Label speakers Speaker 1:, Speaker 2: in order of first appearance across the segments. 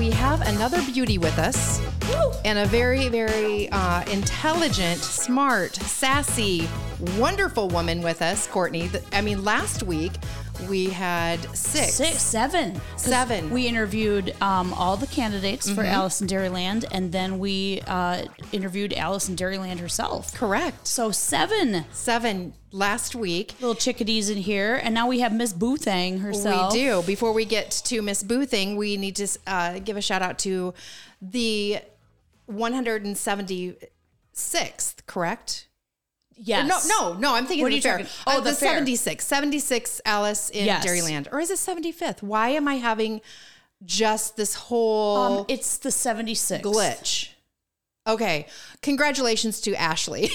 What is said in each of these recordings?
Speaker 1: another beauty with us and a very, very uh, intelligent, smart, sassy, wonderful woman with us, Courtney. Th- I mean, last week we had six.
Speaker 2: Six, seven. 'Cause
Speaker 1: Seven. Mm-hmm.
Speaker 2: We interviewed um, all the candidates for Alice in Dairyland, and then we uh, interviewed Alice in Dairyland herself.
Speaker 1: Correct.
Speaker 2: So seven
Speaker 1: Seven last week.
Speaker 2: little chickadees in here, and now we have Miss Boothang herself.
Speaker 1: We do. Before we get to Miss Boothing, we need to uh, give a shout out to the 176th, correct?
Speaker 2: Yes.
Speaker 1: No, no, no. I'm thinking
Speaker 2: What
Speaker 1: of
Speaker 2: are
Speaker 1: the
Speaker 2: you
Speaker 1: fair.
Speaker 2: talking-
Speaker 1: Oh,
Speaker 2: oh,
Speaker 1: the,
Speaker 2: the fair.
Speaker 1: 76. 76 Alice in
Speaker 2: Yes.
Speaker 1: Dairyland. Or is it 75th? Why am I having just this whole
Speaker 2: Um, it's the 76.
Speaker 1: glitch? Okay. Congratulations to Ashley.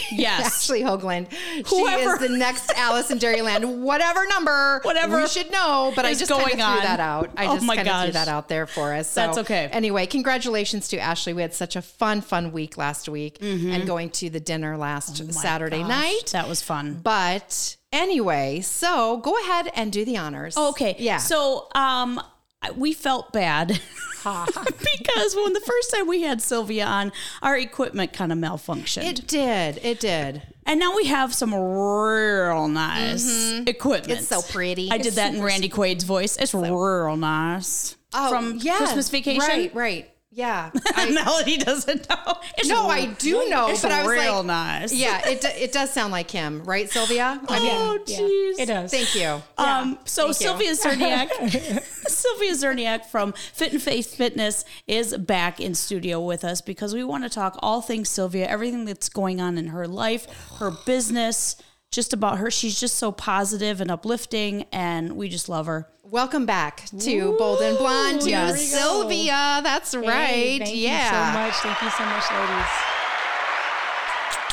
Speaker 2: Yes.
Speaker 1: Ashley Hoagland.
Speaker 2: Whoever.
Speaker 1: She is the next Alice in Dairyland. Whatever number.
Speaker 2: Whatever
Speaker 1: We should know, but I
Speaker 2: is
Speaker 1: just kind of
Speaker 2: going
Speaker 1: threw
Speaker 2: on.
Speaker 1: that out. I
Speaker 2: Oh
Speaker 1: just
Speaker 2: my
Speaker 1: kind of threw
Speaker 2: gosh.
Speaker 1: that out there for us. So
Speaker 2: That's okay.
Speaker 1: Anyway, congratulations to Ashley. We had such a fun, fun week last week and going to the dinner last
Speaker 2: Mm-hmm. Oh My
Speaker 1: Saturday
Speaker 2: gosh,
Speaker 1: night.
Speaker 2: That was fun.
Speaker 1: But anyway, so go ahead and do the honors.
Speaker 2: Oh, Okay.
Speaker 1: Yeah.
Speaker 2: So um, I- we felt bad. because when the first time we had Sylvia on, our equipment kind of malfunctioned.
Speaker 1: it did. It did.
Speaker 2: And now we have some real nice
Speaker 1: Mm-hmm.
Speaker 2: equipment.
Speaker 1: It's so pretty.
Speaker 2: I did that in Randy Quaid's voice. It's real nice.
Speaker 1: Oh,
Speaker 2: From
Speaker 1: yeah,
Speaker 2: Christmas Vacation.
Speaker 1: Right, right. Yeah. I,
Speaker 2: Melody doesn't know. It's
Speaker 1: no, I do know,
Speaker 2: It's
Speaker 1: but I was
Speaker 2: real
Speaker 1: like,
Speaker 2: nice.
Speaker 1: yeah, it, do- it does sound like him, right, Sylvia? I
Speaker 2: Oh,
Speaker 1: mean,
Speaker 2: jeez.
Speaker 3: It does.
Speaker 1: thank you.
Speaker 2: Um, so
Speaker 1: uh, thank
Speaker 2: Sylvia Zerniak, Sylvia Zerniak from Fit and Faith Fitness is back in studio with us because we want to talk all things Sylvia, everything that's going on in her life, her business, just about her. She's just so positive and uplifting, and we just love her.
Speaker 1: Welcome back to Bold and Blonde to
Speaker 3: there we go.
Speaker 1: Sylvia. That's right.
Speaker 3: Thank
Speaker 1: yeah.
Speaker 3: you so much. Thank you so much, ladies.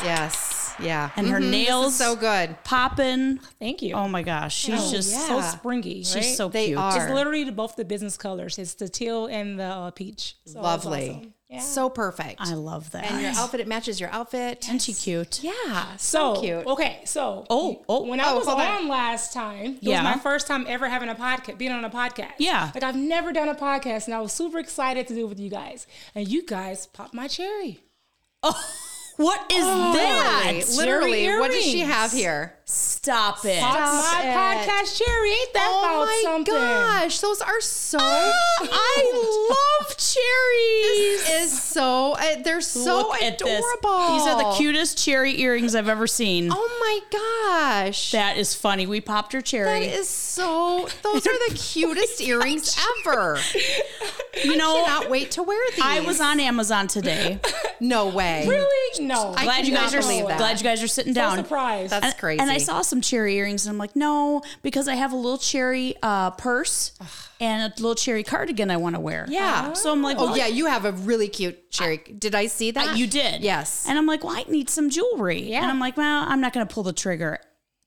Speaker 1: Yes. Yeah. Mm-hmm.
Speaker 2: And her nails
Speaker 1: so good.
Speaker 2: popping.
Speaker 3: Thank you.
Speaker 2: Oh my gosh, she's just
Speaker 1: yeah.
Speaker 2: so
Speaker 3: so springy.
Speaker 2: she's
Speaker 3: right?
Speaker 2: so
Speaker 1: They
Speaker 2: cute.
Speaker 1: are.
Speaker 3: It's literally the, both the business colors. It's the teal and the uh, peach. So it's
Speaker 1: Lovely.
Speaker 3: awesome. Yeah.
Speaker 1: So perfect.
Speaker 2: I love that.
Speaker 1: and your outfit, it matches your outfit.
Speaker 2: Isn't she cute?
Speaker 1: Yeah.
Speaker 3: So,
Speaker 1: So, cute.
Speaker 3: Okay, so
Speaker 2: Oh, oh,
Speaker 3: when I
Speaker 1: oh,
Speaker 3: was
Speaker 1: hold
Speaker 3: on,
Speaker 1: on.
Speaker 3: last time, it
Speaker 2: Yeah.
Speaker 3: was my first time ever having a podcast, being on a podcast.
Speaker 2: Yeah.
Speaker 3: like I've never done a podcast, and I was super excited to do it with you guys, and you guys popped my cherry.
Speaker 2: Oh, what is that?
Speaker 1: Oh, Literally, literally
Speaker 3: Cherry
Speaker 1: what does she
Speaker 3: earrings.
Speaker 1: have here?
Speaker 2: Stop it.
Speaker 3: Popped my
Speaker 1: it.
Speaker 3: podcast cherry. Ain't that
Speaker 1: Oh
Speaker 3: about
Speaker 1: my
Speaker 3: something?
Speaker 1: gosh, those are so.
Speaker 2: Ah, I love cherries.
Speaker 1: is so. Uh, they're so
Speaker 2: Look at
Speaker 1: adorable.
Speaker 2: this. These are the cutest cherry earrings I've ever seen.
Speaker 1: Oh my gosh.
Speaker 2: That is funny. We popped her
Speaker 1: that
Speaker 2: cherry.
Speaker 1: is so. Those
Speaker 2: Oh
Speaker 1: are the cutest earrings ever.
Speaker 2: you know,
Speaker 1: Cannot wait to wear these.
Speaker 2: I was on Amazon today.
Speaker 1: No way.
Speaker 3: Really? No.
Speaker 1: I
Speaker 2: Glad you
Speaker 1: cannot
Speaker 2: guys are
Speaker 1: believe that.
Speaker 2: glad you guys are sitting
Speaker 3: so
Speaker 2: down.
Speaker 3: surprised.
Speaker 1: That's
Speaker 2: and,
Speaker 1: crazy.
Speaker 2: And I saw some cherry earrings, and I'm like, no, because I have a little cherry uh, purse and a little cherry cardigan I want to wear. Uh-huh.
Speaker 1: Yeah.
Speaker 2: So I'm like,
Speaker 1: Oh
Speaker 2: well,
Speaker 1: yeah, you have a really cute cherry. Did I see that?
Speaker 2: You did.
Speaker 1: Yes.
Speaker 2: And I'm like, well, I need some jewelry. Yeah. And I'm like, well, I'm not going to pull the trigger.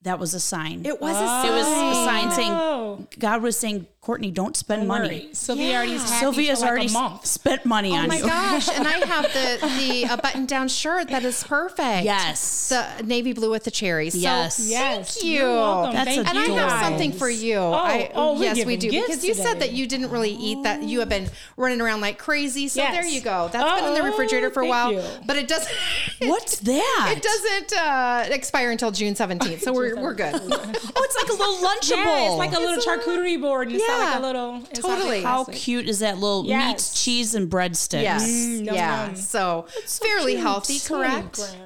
Speaker 2: That was a sign.
Speaker 1: it was
Speaker 2: It
Speaker 1: a.
Speaker 2: was a sign saying,
Speaker 3: Oh.
Speaker 2: God was saying, Courtney, don't spend money.
Speaker 3: Worry. Sylvia already's happy
Speaker 2: Sylvia's
Speaker 3: for like
Speaker 2: already
Speaker 3: a month.
Speaker 2: spent money
Speaker 1: Oh
Speaker 2: on
Speaker 1: my
Speaker 2: you.
Speaker 1: gosh! And I have the the a button down shirt that is perfect.
Speaker 2: Yes.
Speaker 1: the navy blue with the cherry. So
Speaker 2: Yes.
Speaker 3: Yes,
Speaker 1: Thank you.
Speaker 3: You're welcome.
Speaker 2: That's
Speaker 3: Thank
Speaker 1: And
Speaker 3: you
Speaker 1: I have
Speaker 3: guys.
Speaker 1: something for you. Oh, I,
Speaker 3: oh, we're
Speaker 1: yes, we
Speaker 3: giving
Speaker 1: do.
Speaker 3: gifts
Speaker 1: Because you said
Speaker 3: today.
Speaker 1: that you didn't really eat that. You have been running around like crazy. So
Speaker 3: Yes.
Speaker 1: there you go. That's been in the
Speaker 3: Oh,
Speaker 1: refrigerator for a
Speaker 3: thank
Speaker 1: while,
Speaker 3: you.
Speaker 1: but it doesn't.
Speaker 2: What's that?
Speaker 1: It doesn't uh, expire until June seventeenth. So we're we're good.
Speaker 2: Oh, it's like a little lunchable.
Speaker 3: Yeah, it's like a little charcuterie board, and it's not
Speaker 1: Yeah.
Speaker 3: like a little. It's not
Speaker 1: Totally.
Speaker 3: like
Speaker 1: How
Speaker 2: How
Speaker 3: plastic.
Speaker 2: cute is that little
Speaker 3: Yes.
Speaker 2: meat, cheese, and breadsticks?
Speaker 1: Yes.
Speaker 3: yum,
Speaker 1: Mm, yeah.
Speaker 3: yum.
Speaker 1: So, fairly healthy, correct?
Speaker 3: 20 grams.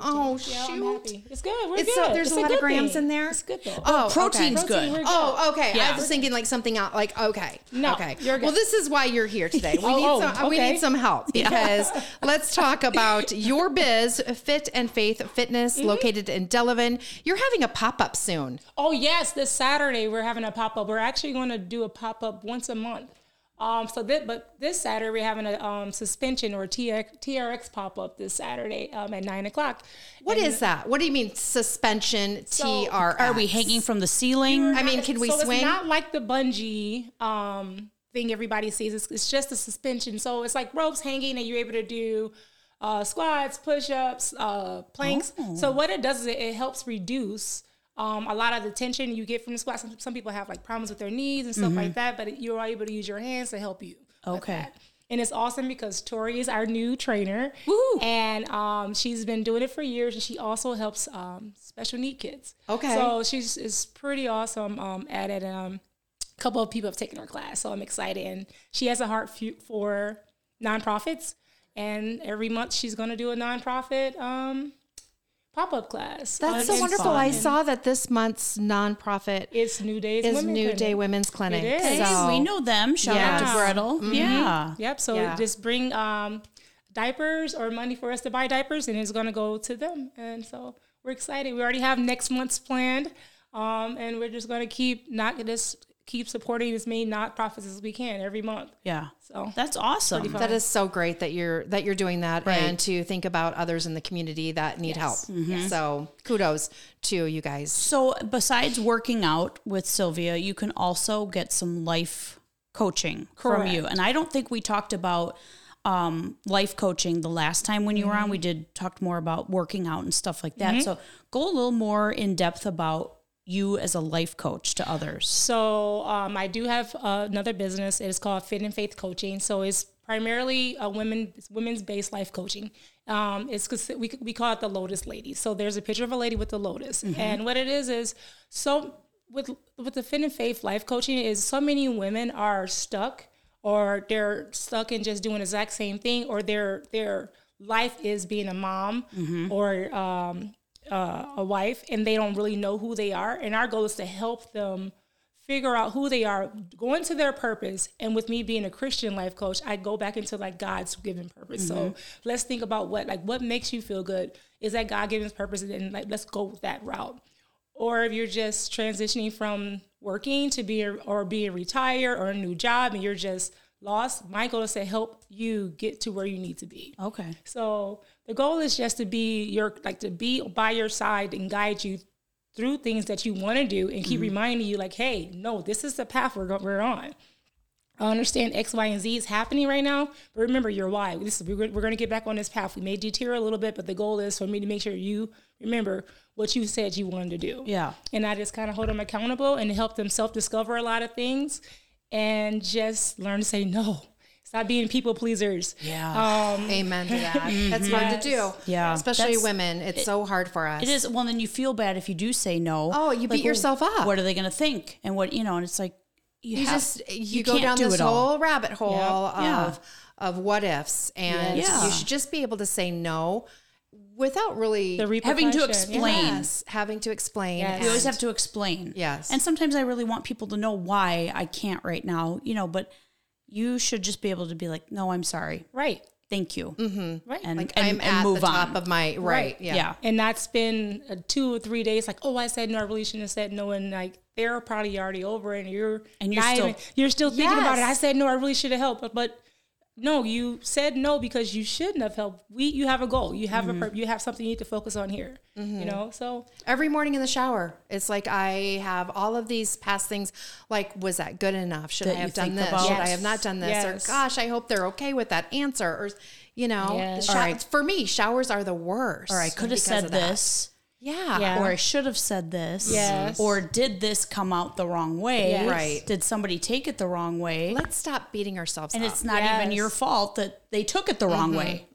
Speaker 1: Oh
Speaker 3: Yeah, I'm
Speaker 1: shoot.
Speaker 3: happy. It's good. We're
Speaker 1: It's
Speaker 3: good.
Speaker 1: so- there's
Speaker 3: It's
Speaker 1: a lot of
Speaker 3: good
Speaker 1: grams
Speaker 3: thing.
Speaker 1: in there.
Speaker 3: It's good though.
Speaker 1: Oh,
Speaker 2: Protein's
Speaker 1: okay.
Speaker 2: good.
Speaker 3: we're good.
Speaker 1: Oh, okay. I
Speaker 2: Yeah.
Speaker 1: was thinking like something out like okay.
Speaker 3: No,
Speaker 1: okay.
Speaker 3: you're good.
Speaker 1: Well, this is why you're here today. We
Speaker 3: Oh,
Speaker 1: need
Speaker 3: oh,
Speaker 1: some we
Speaker 3: okay.
Speaker 1: need some help because let's talk about your biz, Fit and Faith Fitness located in Delavan. You're having a pop-up soon.
Speaker 3: Oh yes, this Saturday we're having a pop up. We're actually going to do a pop up once a month. Um, so that, but this Saturday we're having a um, suspension or TRX, TRX pop up this Saturday um, at nine o'clock.
Speaker 1: What is that? What do you mean suspension
Speaker 3: So,
Speaker 1: T R?
Speaker 2: Are we hanging from the ceiling?
Speaker 1: I mean, can we
Speaker 3: so
Speaker 1: swing?
Speaker 3: It's not like the bungee um, thing everybody sees. It's, it's just a suspension. So it's like ropes hanging, and you're able to do uh, squats, push-ups, uh, planks.
Speaker 1: Oh.
Speaker 3: So what it does is it, it helps reduce. Um, a lot of the tension you get from the squats.
Speaker 1: Mm-hmm.
Speaker 3: Some, some people have like problems with their knees and stuff like that, but you're able to use your hands to help you. with
Speaker 2: Okay.
Speaker 3: that. And it's awesome because Tori is our new trainer.
Speaker 2: Woo.
Speaker 3: And um, she's been doing it for years and she also helps um, special need kids.
Speaker 1: Okay.
Speaker 3: So she's is pretty awesome um, at it. Um, a couple of people have taken her class, so I'm excited. And she has a heart fu- for nonprofits. And every month she's going to do a nonprofit um, pop up class.
Speaker 1: That's
Speaker 2: Oh,
Speaker 1: so
Speaker 2: it's
Speaker 1: wonderful.
Speaker 2: fun.
Speaker 1: I saw that this month's nonprofit
Speaker 3: It's New Day's
Speaker 1: is
Speaker 3: Women
Speaker 1: New
Speaker 3: Clinic.
Speaker 1: Day Women's Clinic.
Speaker 3: It is.
Speaker 2: Hey,
Speaker 1: So-
Speaker 2: we know them. Shout out
Speaker 1: Yes.
Speaker 2: to Gretel. Mm-hmm. Yeah.
Speaker 3: Yep. So
Speaker 1: Yeah.
Speaker 3: just bring um, diapers or money for us to buy diapers, and it's going to go to them. And so we're excited. We already have next month's planned, um, and we're just going to keep not just keep supporting as many nonprofits as we can every month.
Speaker 2: Yeah.
Speaker 3: So
Speaker 2: That's awesome.
Speaker 1: That is so great that you're that you're doing that and to think about others in the community that need help. So kudos to you guys.
Speaker 2: So, besides working out with Sylvia, you can also get some life coaching from you. And I don't think we talked about um, life coaching the last time when you were on. We did talked more about working out and stuff like that. So, go a little more in depth about you as a life coach to others.
Speaker 3: So um, I do have uh, another business. It is called Fit and Faith Coaching. So it's primarily a women women's based life coaching. Um, it's 'cause we we call it the Lotus Lady. So there's a picture of a lady with the lotus, and what it is is so with with the Fit and Faith life coaching is so many women are stuck or they're stuck in just doing the exact same thing or their their life is being a mom or um, uh, a wife and they don't really know who they are and our goal is to help them figure out who they are, go into their purpose. And with me being a Christian life coach, I go back into like God's given purpose. So let's think about what like what makes you feel good. Is that God given purpose? And then like let's go with that route. Or if you're just transitioning from working to be or being retired or a new job and you're just lost, my goal is to help you get to where you need to be.
Speaker 2: Okay.
Speaker 3: So the goal is just to be your like to be by your side and guide you through things that you want to do and keep
Speaker 2: Mm-hmm.
Speaker 3: reminding you like, hey, no, this is the path we're go- we're on. I understand X, Y, and Z is happening right now, but remember your why. This we're, we're going to get back on this path. We may deter a little bit, but the goal is for me to make sure you remember what you said you wanted to do
Speaker 2: Yeah.
Speaker 3: and I just kind of hold them accountable and help them self discover a lot of things and just learn to say no. Stop being people pleasers.
Speaker 2: Yeah.
Speaker 3: Um,
Speaker 1: Amen to that. That's hard to do.
Speaker 2: Yeah.
Speaker 1: Especially
Speaker 2: That's-
Speaker 1: women. It's so hard for us.
Speaker 2: It is. Well, then you feel bad if you do say no.
Speaker 1: Oh, you beat yourself up.
Speaker 2: What are they going to think? And what, you know, and it's like, you,
Speaker 1: You
Speaker 2: have-
Speaker 1: just you, go
Speaker 2: can't
Speaker 1: down
Speaker 2: do
Speaker 1: this
Speaker 2: it all.
Speaker 1: whole rabbit hole
Speaker 2: Yeah.
Speaker 1: of of what ifs and
Speaker 2: Yes.
Speaker 1: you should just be able to say no without really
Speaker 3: the
Speaker 2: having to
Speaker 3: repercussion.
Speaker 2: explain.
Speaker 1: yes, having to explain.
Speaker 3: Yes.
Speaker 2: You always
Speaker 1: and-
Speaker 2: have to explain.
Speaker 1: Yes.
Speaker 2: And sometimes I really want people to know why I can't right now, you know, but you should just be able to be like, no, I'm sorry.
Speaker 3: Yeah. Right.
Speaker 2: Thank you.
Speaker 3: Right.
Speaker 2: Mm, And,
Speaker 1: Mm-hmm. like
Speaker 2: and,
Speaker 1: I'm
Speaker 2: and
Speaker 1: at
Speaker 2: move
Speaker 1: the
Speaker 2: on.
Speaker 1: top of my right.
Speaker 2: yeah.
Speaker 1: Yeah.
Speaker 3: and not spend uh, two or three days like, oh, I said no, I really shouldn't have said no, and like they're probably already over, it and you're
Speaker 2: And you're
Speaker 3: not
Speaker 2: still-
Speaker 3: you're still thinking about it.
Speaker 1: Yes.
Speaker 3: I said no, I really should have helped, but, but no, you said no because you shouldn't have helped. We, you have a goal, you have
Speaker 2: Mm-hmm.
Speaker 3: a, pur- you have something you need to focus on here, you know. So
Speaker 1: Every morning in the shower, it's like I have all of these past things. Like, was that good enough? Should
Speaker 2: That
Speaker 1: I
Speaker 2: you
Speaker 1: have done
Speaker 2: think
Speaker 1: this?
Speaker 2: about.
Speaker 1: Should I
Speaker 3: Yes.
Speaker 1: have not done this?
Speaker 3: Yes.
Speaker 1: Or gosh, I hope they're okay with that answer. Or, you know,
Speaker 3: Yes.
Speaker 1: sho-
Speaker 2: All right.
Speaker 1: for me, showers are the worst.
Speaker 2: Or I could
Speaker 1: because
Speaker 2: have said
Speaker 1: of that.
Speaker 2: this,
Speaker 1: Yeah. Mm-hmm.
Speaker 3: Yeah.
Speaker 2: or I should have said this,
Speaker 3: Yes.
Speaker 2: or did this come out the wrong way?
Speaker 3: Yes.
Speaker 1: Right.
Speaker 2: Did somebody take it the wrong way?
Speaker 1: Let's stop beating ourselves
Speaker 2: and
Speaker 1: up.
Speaker 2: it's not even
Speaker 3: Yes. Mm-hmm.
Speaker 2: your fault that they took it the wrong way.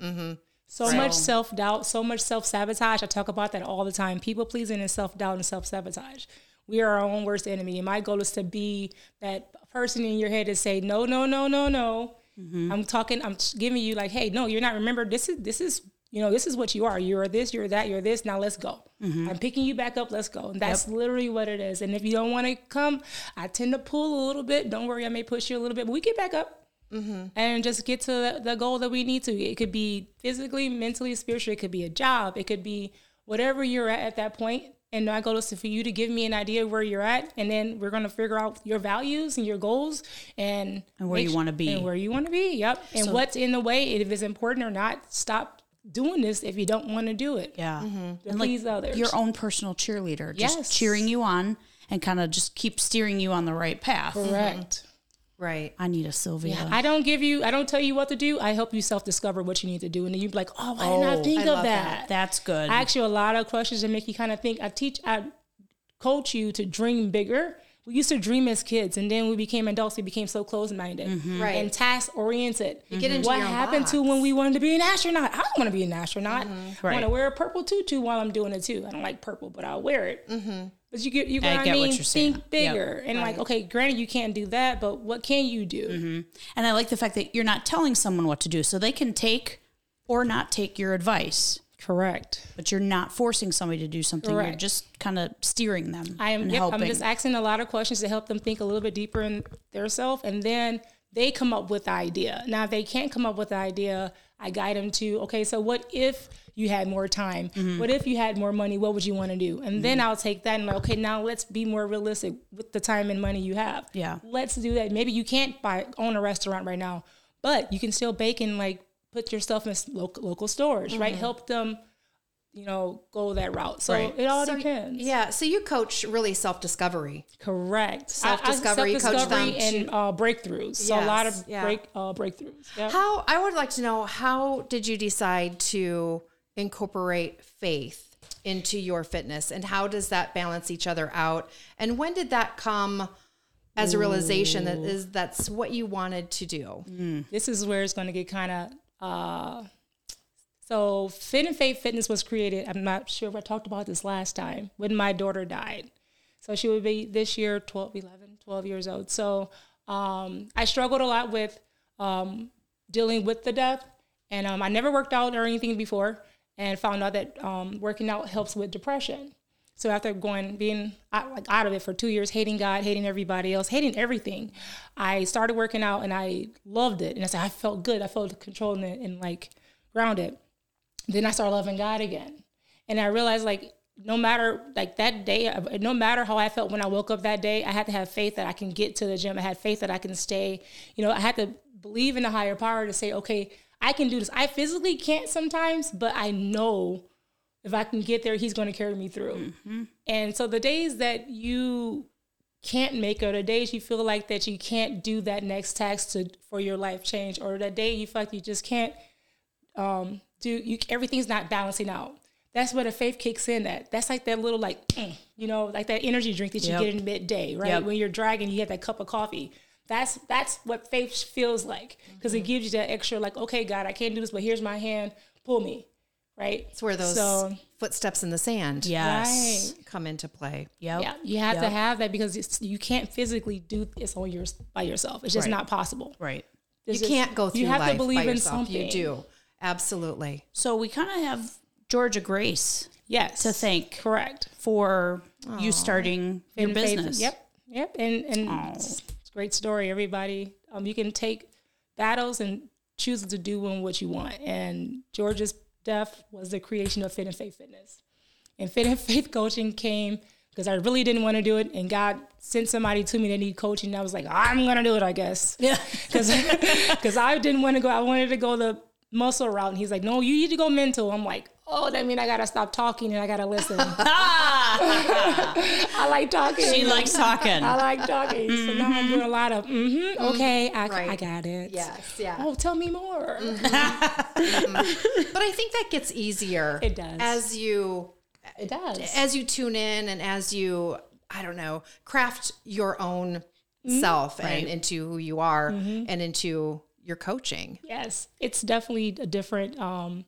Speaker 3: So much self doubt, so much self sabotage. I talk about that all the time. People pleasing and self doubt and self sabotage. We are our own worst enemy. And my goal is to be that person in your head to say, no, no, no, no, no. I'm talking, I'm giving you like, hey, no, you're not. Remember, this is, this is, you know, this is what you are. You're this, you're that, you're this. Now let's go. I'm picking you back up. Let's go. And that's literally what it is. And if you don't want to come, I tend to pull a little bit. Don't worry, I may push you a little bit, but we get back up and just get to the, the goal that we need to. It could be physically, mentally, spiritually. It could be a job. It could be whatever you're at at that point. And my goal is to- for you to give me an idea of where you're at, and then we're going to figure out your values and your goals and
Speaker 2: And where you
Speaker 3: make-
Speaker 2: wanna be.
Speaker 3: and where you want to be. Yep. And what's in the way, and if it's important or not. Stop doing this if you don't want to do it.
Speaker 2: Yeah.
Speaker 3: And please others.
Speaker 2: Your own personal cheerleader, just
Speaker 3: Mm-hmm. Yes.
Speaker 2: cheering you on and kind of just keep steering you on the right path.
Speaker 3: correct.
Speaker 1: right.
Speaker 2: I need a Sylvia.
Speaker 3: I don't give you. I don't tell you what to do. I help you self discover what you need to do, and then you're like, oh, why didn't I think of
Speaker 1: love that.
Speaker 3: that?
Speaker 2: That's good.
Speaker 3: I ask you a lot of questions that make you kind of think. I teach, I coach you to dream bigger, we used to dream as kids, and then we became adults. We became so closed-minded
Speaker 2: Mm-hmm.
Speaker 1: Right.
Speaker 3: and task-oriented.
Speaker 1: get into
Speaker 3: what
Speaker 1: your own
Speaker 3: happened to
Speaker 1: box.
Speaker 3: when we wanted to be an astronaut? I don't want to be an astronaut. I want
Speaker 2: Mm-hmm. Right.
Speaker 3: to wear a purple tutu while I'm doing it too. I don't like purple, but I'll wear it. But you get you know
Speaker 2: Mm-hmm. I
Speaker 3: what I
Speaker 2: get what
Speaker 3: mean.
Speaker 2: you're saying.
Speaker 3: Think
Speaker 2: Yep.
Speaker 3: bigger and like okay, granted you can't do that, but what can you do?
Speaker 2: Mm-hmm. And I like the fact that you're not telling someone what to do, so they can take or not take your advice,
Speaker 3: Correct.
Speaker 2: but you're not forcing somebody to do something. You're
Speaker 3: Correct.
Speaker 2: just kind of steering them.
Speaker 3: I am.
Speaker 2: and
Speaker 3: Yep,
Speaker 2: helping.
Speaker 3: I'm just asking a lot of questions to help them think a little bit deeper in their self, and then they come up with the idea. Now, if they can't come up with the idea, I guide them to okay. So, what if you had more time?
Speaker 2: Mm-hmm.
Speaker 3: What if you had more money? What would you want to do? And then I'll take that and like, okay, now let's be more realistic with the time and money you have.
Speaker 2: Yeah.
Speaker 3: let's do that. Maybe you can't buy own a restaurant right now, but you can still bake and like put your stuff in local, local stores. Right, help them. You know, go that route. So
Speaker 2: Mm-hmm. Right.
Speaker 3: it all
Speaker 1: So-
Speaker 3: depends.
Speaker 1: Yeah. So you coach really self discovery.
Speaker 3: Correct.
Speaker 1: Self-discovery,
Speaker 3: self
Speaker 1: coach them
Speaker 3: discovery, and
Speaker 1: to-
Speaker 3: uh, breakthroughs. So a lot
Speaker 1: Yes,
Speaker 3: of
Speaker 1: yeah.
Speaker 3: break uh, breakthroughs. Yep.
Speaker 1: How I would like to know how did you decide to incorporate faith into your fitness and how does that balance each other out? And when did that come as a realization that is that's what you wanted to do?
Speaker 3: this is where it's going to get kind of. Uh, so Fit and Faith Fitness was created. I'm not sure if I talked about this last time when my daughter died. So she would be this year 12, 11, 12 years old. So um, I struggled a lot with um, dealing with the death, and um, I never worked out or anything before, and found out that um, working out helps with depression. So after going being out, like out of it for two years, hating God, hating everybody else, hating everything, I started working out and I loved it. And I said I felt good. I felt controlled and, and like grounded. Then I started loving God again, and I realized like no matter like that day, no matter how I felt when I woke up that day, I had to have faith that I can get to the gym. I had faith that I can stay. You know, I had to believe in a higher power to say, okay, I can do this. I physically can't sometimes, but I know if I can get there, he's going to carry me through. And so the days that you can't make it, or the days you feel like that you can't do that next task to for your life change, or that day you feel like you just can't um, do you everything's not balancing out. That's where the faith kicks in. At that's like that little like mm, you know like that energy drink that you
Speaker 2: Yep.
Speaker 3: get in midday, right?
Speaker 2: Yep.
Speaker 3: When you're dragging, you get that cup of coffee. That's that's what faith feels like because it gives you that extra like okay, God, I can't do this, but here's my hand, pull me, right?
Speaker 1: It's where those
Speaker 3: So-
Speaker 1: footsteps in the sand
Speaker 2: yes.
Speaker 3: Right.
Speaker 1: come into play.
Speaker 2: Yep.
Speaker 3: Yeah, you have to
Speaker 2: Yep.
Speaker 3: have that because it's, you can't physically do this on your by yourself. It's just
Speaker 2: Right.
Speaker 3: not possible.
Speaker 2: Right.
Speaker 1: You
Speaker 3: It's just-
Speaker 1: can't go through
Speaker 3: You have
Speaker 1: life
Speaker 3: to believe
Speaker 1: by
Speaker 3: in
Speaker 1: yourself.
Speaker 3: something.
Speaker 1: You do. Absolutely.
Speaker 2: So we kind of have Georgia Grace
Speaker 3: Yes.
Speaker 2: to thank
Speaker 3: Correct.
Speaker 2: for you starting your
Speaker 3: And faith-
Speaker 2: business.
Speaker 3: Yep. Yep. And and it's a great story, everybody. Um, you can take battles and choose to do one what you want. And George's death was the creation of Fit and Faith Fitness. And Fit and Faith coaching came because I really didn't want to do it. And God sent somebody to me that needed coaching. And I was like, I'm gonna do it, I guess.
Speaker 2: Yeah.
Speaker 3: because I didn't want to go. I wanted to go the muscle route, and he's like, "No, you need to go mental." I'm like, "Oh, that mean I gotta stop talking and I gotta listen." I like talking.
Speaker 2: She likes talking.
Speaker 3: I like talking. So now I'm doing a lot of, mm-hmm, okay, I, I
Speaker 1: Right.
Speaker 3: got it.
Speaker 1: Yes, yeah.
Speaker 3: Oh, tell me more.
Speaker 1: But I think that gets easier.
Speaker 3: It does.
Speaker 1: As you
Speaker 3: It does.
Speaker 1: as you tune in and as you i don't know craft your own
Speaker 2: Mm-hmm.
Speaker 1: self and into who you are and into your coaching
Speaker 3: Yes, it's definitely a different. Um,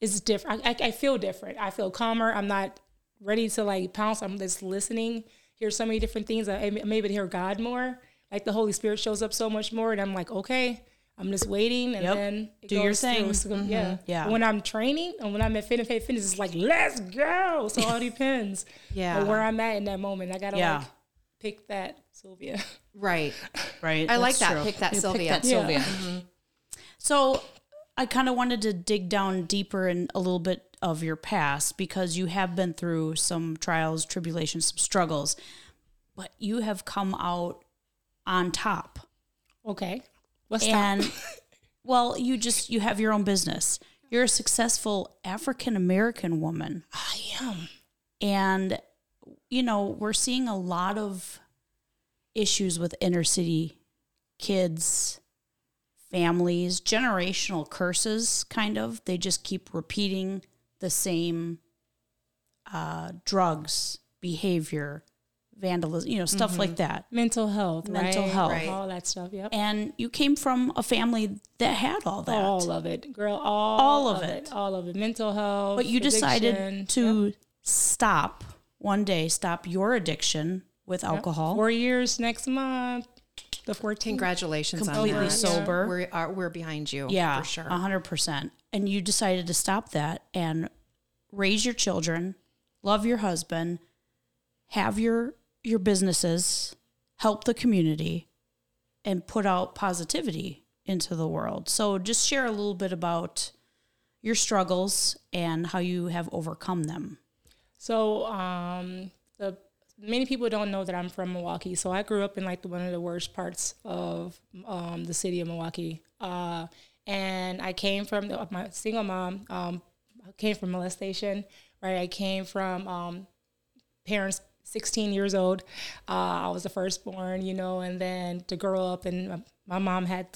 Speaker 3: it's different. I, I, I feel different. I feel calmer. I'm not ready to like pounce. I'm just listening. Hear so many different things. I, I'm able to hear God more. Like the Holy Spirit shows up so much more, and I'm like, okay, I'm just waiting, and
Speaker 2: Yep.
Speaker 3: then it
Speaker 2: Do your thing. Mm-hmm.
Speaker 3: through. So, Yeah,
Speaker 2: Yeah.
Speaker 3: When I'm training and when I'm at Fit and Fit Fitness, it's like, let's go. So it all depends.
Speaker 1: Yeah.
Speaker 3: on where I'm at in that moment, I gotta
Speaker 2: Yeah.
Speaker 3: like pick that Sylvia.
Speaker 1: right
Speaker 2: Right.
Speaker 1: I
Speaker 2: That's
Speaker 1: like that.
Speaker 2: true.
Speaker 1: Pick that,
Speaker 2: You
Speaker 1: Sylvia.
Speaker 2: that
Speaker 1: Yeah.
Speaker 2: Sylvia. So I kind of wanted to dig down deeper in a little bit of your past because you have been through some trials, tribulations, some struggles, but you have come out on top.
Speaker 3: Okay, what's that?
Speaker 2: And well, you just you have your own business. You're a successful African American woman.
Speaker 3: I am.
Speaker 2: And you know, we're seeing a lot of issues with inner city kids, families, generational curses kind of. They just keep repeating the same uh drugs, behavior, vandalism, you know, stuff
Speaker 3: Mm-hmm.
Speaker 2: like that.
Speaker 3: mental health,
Speaker 2: Mental
Speaker 3: right?
Speaker 2: health.
Speaker 1: Right.
Speaker 3: all that stuff. Yep,
Speaker 2: And you came from a family that had all that.
Speaker 3: all of it, girl, all,
Speaker 2: All of it.
Speaker 3: all of it, mental health.
Speaker 2: but you
Speaker 3: addiction.
Speaker 2: decided to stop one day, stop your addiction with alcohol.
Speaker 3: four years next month, the 14th.
Speaker 1: Congratulations on
Speaker 2: completely
Speaker 1: that.
Speaker 2: sober.
Speaker 1: We're, are, we're behind you.
Speaker 2: Yeah, Uh-huh.
Speaker 1: For sure.
Speaker 2: 100%. And you decided to stop that and raise your children, love your husband, have your your businesses, help the community and put out positivity into the world. So just share a little bit about your struggles and how you have overcome them.
Speaker 3: So, um, the many people don't know that I'm from Milwaukee. So I grew up in like the, one of the worst parts of um, the city of Milwaukee, uh, and I came from the, my single mom. Um, I came from molestation, right? I came from um, parents 16 years old. Uh, I was the firstborn, you know, and then to grow up and my, my mom had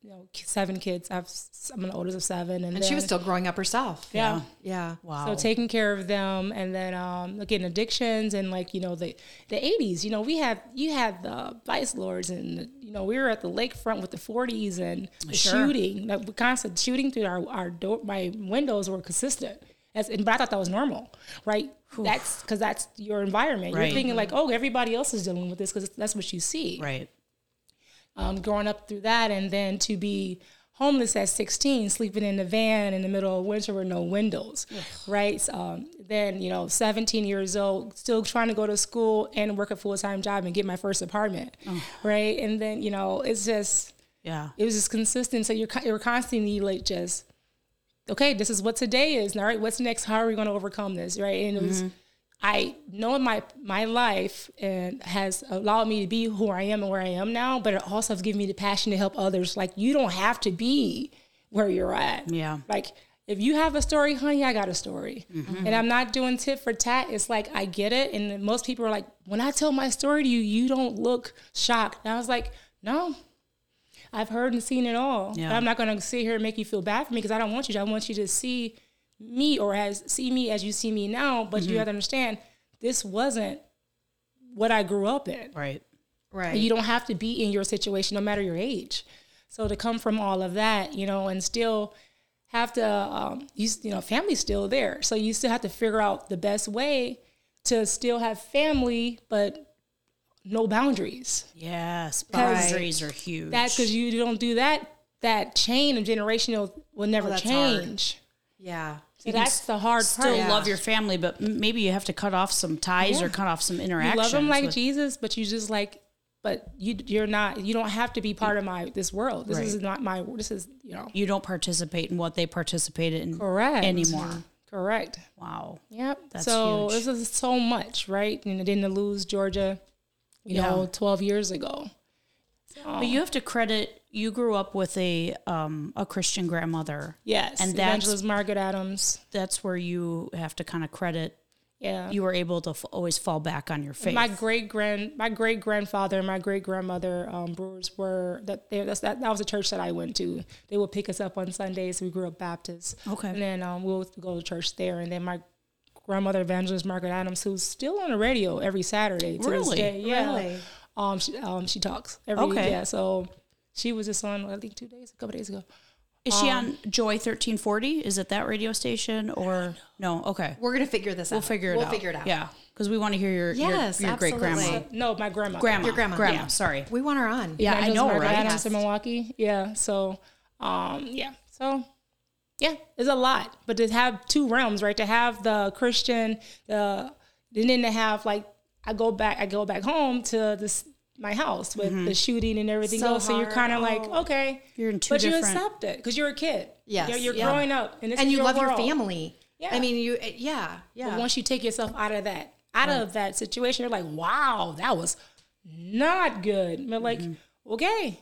Speaker 3: you know seven kids. I've I'm the oldest of seven, and,
Speaker 1: And she was still
Speaker 3: then-
Speaker 1: growing up herself.
Speaker 3: yeah.
Speaker 1: Yeah.
Speaker 2: Wow.
Speaker 3: So taking care of them, and then um, again addictions, and like you know the the eighties. You know we had you had the vice lords, and you know we were at the lakefront with the forties and the
Speaker 2: Sure.
Speaker 3: shooting, like constant shooting through our our door. My windows were consistent. That's, and, but I thought that was normal, right? That's because that's your environment.
Speaker 2: Right.
Speaker 3: You're thinking like, oh, everybody else is dealing with this because that's what you see
Speaker 2: Right.
Speaker 3: um, growing up through that, and then to be homeless at 16, sleeping in the van in the middle of winter with no windows, right? So, Um, then, you know, 17 years old, still trying to go to school and work a full time job and get my first apartment, right? And then, you know, it's just,
Speaker 2: Yeah.
Speaker 3: it was just consistent. So you're, co- you're constantly like just, okay, this is what today is. All right, what's next? How are we going to overcome this, right? And it was, I know my my life and has allowed me to be who I am and where I am now, but it also has given me the passion to help others. Like you don't have to be where you're at.
Speaker 2: Yeah.
Speaker 3: Like if you have a story, honey, I got a story. And I'm not doing tit for tat. It's like I get it. And most people are like, when I tell my story to you, you don't look shocked. And I was like, no. I've heard and seen it all.
Speaker 2: Yeah.
Speaker 3: But I'm not gonna sit here and make you feel bad for me because I don't want you to. I want you to see me or as see me as you see me now, but you have to understand this wasn't what I grew up in.
Speaker 2: Right.
Speaker 1: Right.
Speaker 3: You don't have to be in your situation, no matter your age. So to come from all of that, you know, and still have to, um, you, s- you know, family's still there. So you still have to figure out the best way to still have family, but no boundaries.
Speaker 2: Yes. Boundaries are huge.
Speaker 3: That's because you don't do that. That chain of generational will never
Speaker 1: that's hard.
Speaker 3: change.
Speaker 1: yeah.
Speaker 3: Oh, So that's the hard
Speaker 2: still
Speaker 3: part.
Speaker 2: love your family, but m- maybe you have to cut off some ties or cut off some
Speaker 3: You
Speaker 2: interactions.
Speaker 3: love them like
Speaker 2: with-
Speaker 3: Jesus, but you just like, but you you're not. You don't have to be part of my this world. This is
Speaker 2: Right.
Speaker 3: not my. This is you know.
Speaker 2: you don't participate in what they participated in
Speaker 3: Correct.
Speaker 2: anymore.
Speaker 3: Correct.
Speaker 2: Wow.
Speaker 3: Yep.
Speaker 2: That's
Speaker 3: so
Speaker 2: huge.
Speaker 3: this is so much, right? And then to lose Georgia, you know, twelve years ago.
Speaker 2: But
Speaker 1: Oh.
Speaker 2: you have to credit you grew up with a um, a Christian grandmother.
Speaker 3: Yes.
Speaker 2: And
Speaker 3: And
Speaker 2: that's-
Speaker 3: Evangelist Margaret Adams.
Speaker 2: That's where you have to kind of credit
Speaker 3: Yeah.
Speaker 2: you were able to f- always fall back on your faith.
Speaker 3: My great grand, my great grandfather and my great grandmother um, brewers were that. They, that's, that that was a church that I went to. They would pick us up on Sundays. We grew up Baptist.
Speaker 2: Okay.
Speaker 3: and then um, we'll go to church there. And then my grandmother evangelist Margaret Adams, who's still on the radio every Saturday. To
Speaker 2: Really?
Speaker 3: This day. Yeah.
Speaker 1: Really?
Speaker 3: Um, she, um, she talks every.
Speaker 2: Okay.
Speaker 3: Yeah. So she was just on I think two days, a couple days ago.
Speaker 2: Is she on Joy thirteen forty? Is it that radio station or no? Okay,
Speaker 1: We're going to figure this out.
Speaker 2: we'll figure it
Speaker 1: we'll
Speaker 2: out.
Speaker 1: figure it out.
Speaker 2: Yeah, because we want to hear your your-
Speaker 1: Yes,
Speaker 2: your, great grandma,
Speaker 1: absolutely.
Speaker 3: No, my grandma.
Speaker 2: grandma,
Speaker 1: Your grandma.
Speaker 2: grandma.
Speaker 1: Yeah.
Speaker 2: Sorry.
Speaker 1: We want her on.
Speaker 2: Yeah, I
Speaker 3: Evangelist
Speaker 2: know,
Speaker 3: Margaret
Speaker 2: right?
Speaker 3: Adams in Milwaukee. Yeah. So, um, yeah. So, yeah, it's a lot, but to have two realms, right? To have the Christian, the and then to have like I go back, I go back home to this my house with the shooting and everything
Speaker 1: Mm-hmm. So
Speaker 3: else. So you're
Speaker 1: hard.
Speaker 3: kind of like,
Speaker 1: Oh.
Speaker 3: okay,
Speaker 2: You're in two
Speaker 3: but you
Speaker 2: different-
Speaker 3: accept it because you're a kid.
Speaker 1: Yes,
Speaker 3: you're, you're
Speaker 1: yeah.
Speaker 3: growing up, and, this
Speaker 1: And
Speaker 3: is
Speaker 1: you
Speaker 3: your
Speaker 1: love your
Speaker 3: world.
Speaker 1: family.
Speaker 3: Yeah.
Speaker 1: I mean, you, yeah. Yeah.
Speaker 3: But once you take yourself out of that, out of that situation, you're like, wow, that was not good. But like,
Speaker 1: Mm-hmm.
Speaker 3: okay,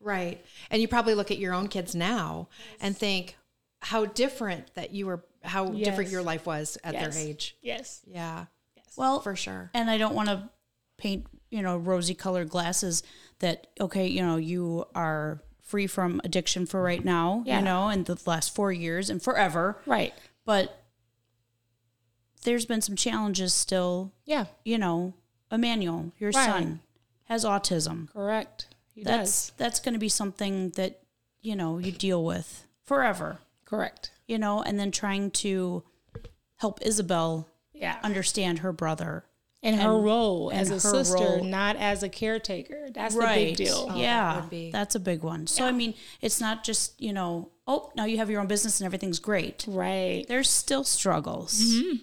Speaker 1: Right. And you probably look at your own kids now and think how different that you were, how different
Speaker 3: Yes.
Speaker 1: your life was at
Speaker 3: Yes.
Speaker 1: their age.
Speaker 3: yes,
Speaker 1: Yeah.
Speaker 2: Well,
Speaker 1: For sure.
Speaker 2: and I don't want to paint, you know, rosy colored glasses that, okay, you know, you are free from addiction for right now,
Speaker 3: Yeah.
Speaker 2: you know, and the last four years and forever.
Speaker 3: right,
Speaker 2: But there's been some challenges still,
Speaker 3: yeah.
Speaker 2: you know, Emmanuel, your
Speaker 3: Right.
Speaker 2: son, has autism.
Speaker 3: Correct. He
Speaker 2: That's
Speaker 3: does.
Speaker 2: that's going to be something that you know you deal with forever.
Speaker 3: Correct.
Speaker 2: You know, and then trying to help Isabel
Speaker 3: Yeah.
Speaker 2: understand her brother.
Speaker 3: and her role as
Speaker 2: and
Speaker 3: a
Speaker 2: her
Speaker 3: sister,
Speaker 2: role.
Speaker 3: not as a caretaker. That's the big deal.
Speaker 1: Oh, that
Speaker 2: yeah,
Speaker 1: would be-
Speaker 2: that's a big one. So I mean, it's not just you know, oh, now you have your own business and everything's great.
Speaker 3: Right.
Speaker 2: There's still struggles.
Speaker 3: Mm-hmm.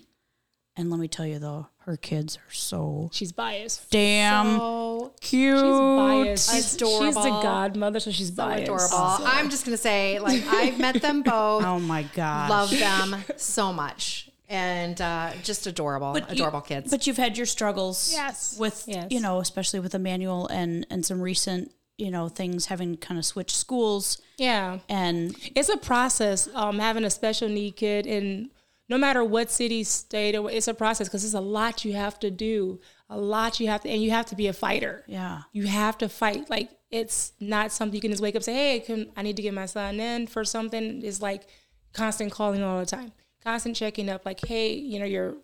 Speaker 2: And let me tell you though, her kids are so
Speaker 3: She's biased.
Speaker 2: damn
Speaker 1: Oh,
Speaker 2: cute.
Speaker 3: She's biased. She's, she's the
Speaker 1: Adorable.
Speaker 3: godmother, so she's biased.
Speaker 1: adorable. I'm just gonna say, like, I've met them both.
Speaker 2: Oh my god,
Speaker 1: love them so much and uh, just adorable,
Speaker 2: But you-
Speaker 1: adorable kids.
Speaker 2: But you've had your struggles,
Speaker 3: Yes.
Speaker 2: with
Speaker 3: Yes.
Speaker 2: you know, especially with Emmanuel and and some recent you know things having kind of switched schools
Speaker 3: Yeah.
Speaker 2: and
Speaker 3: It's a process um, having a special need kid in no matter what city, state, or it's a process because it's a lot you have to do, a lot you have to, and you have to be a fighter.
Speaker 2: yeah,
Speaker 3: You have to fight. Like it's not something you can just wake up and say, "Hey, can, I need to get my son in for something." It's like constant calling all the time, constant checking up. Like, hey, you know, you're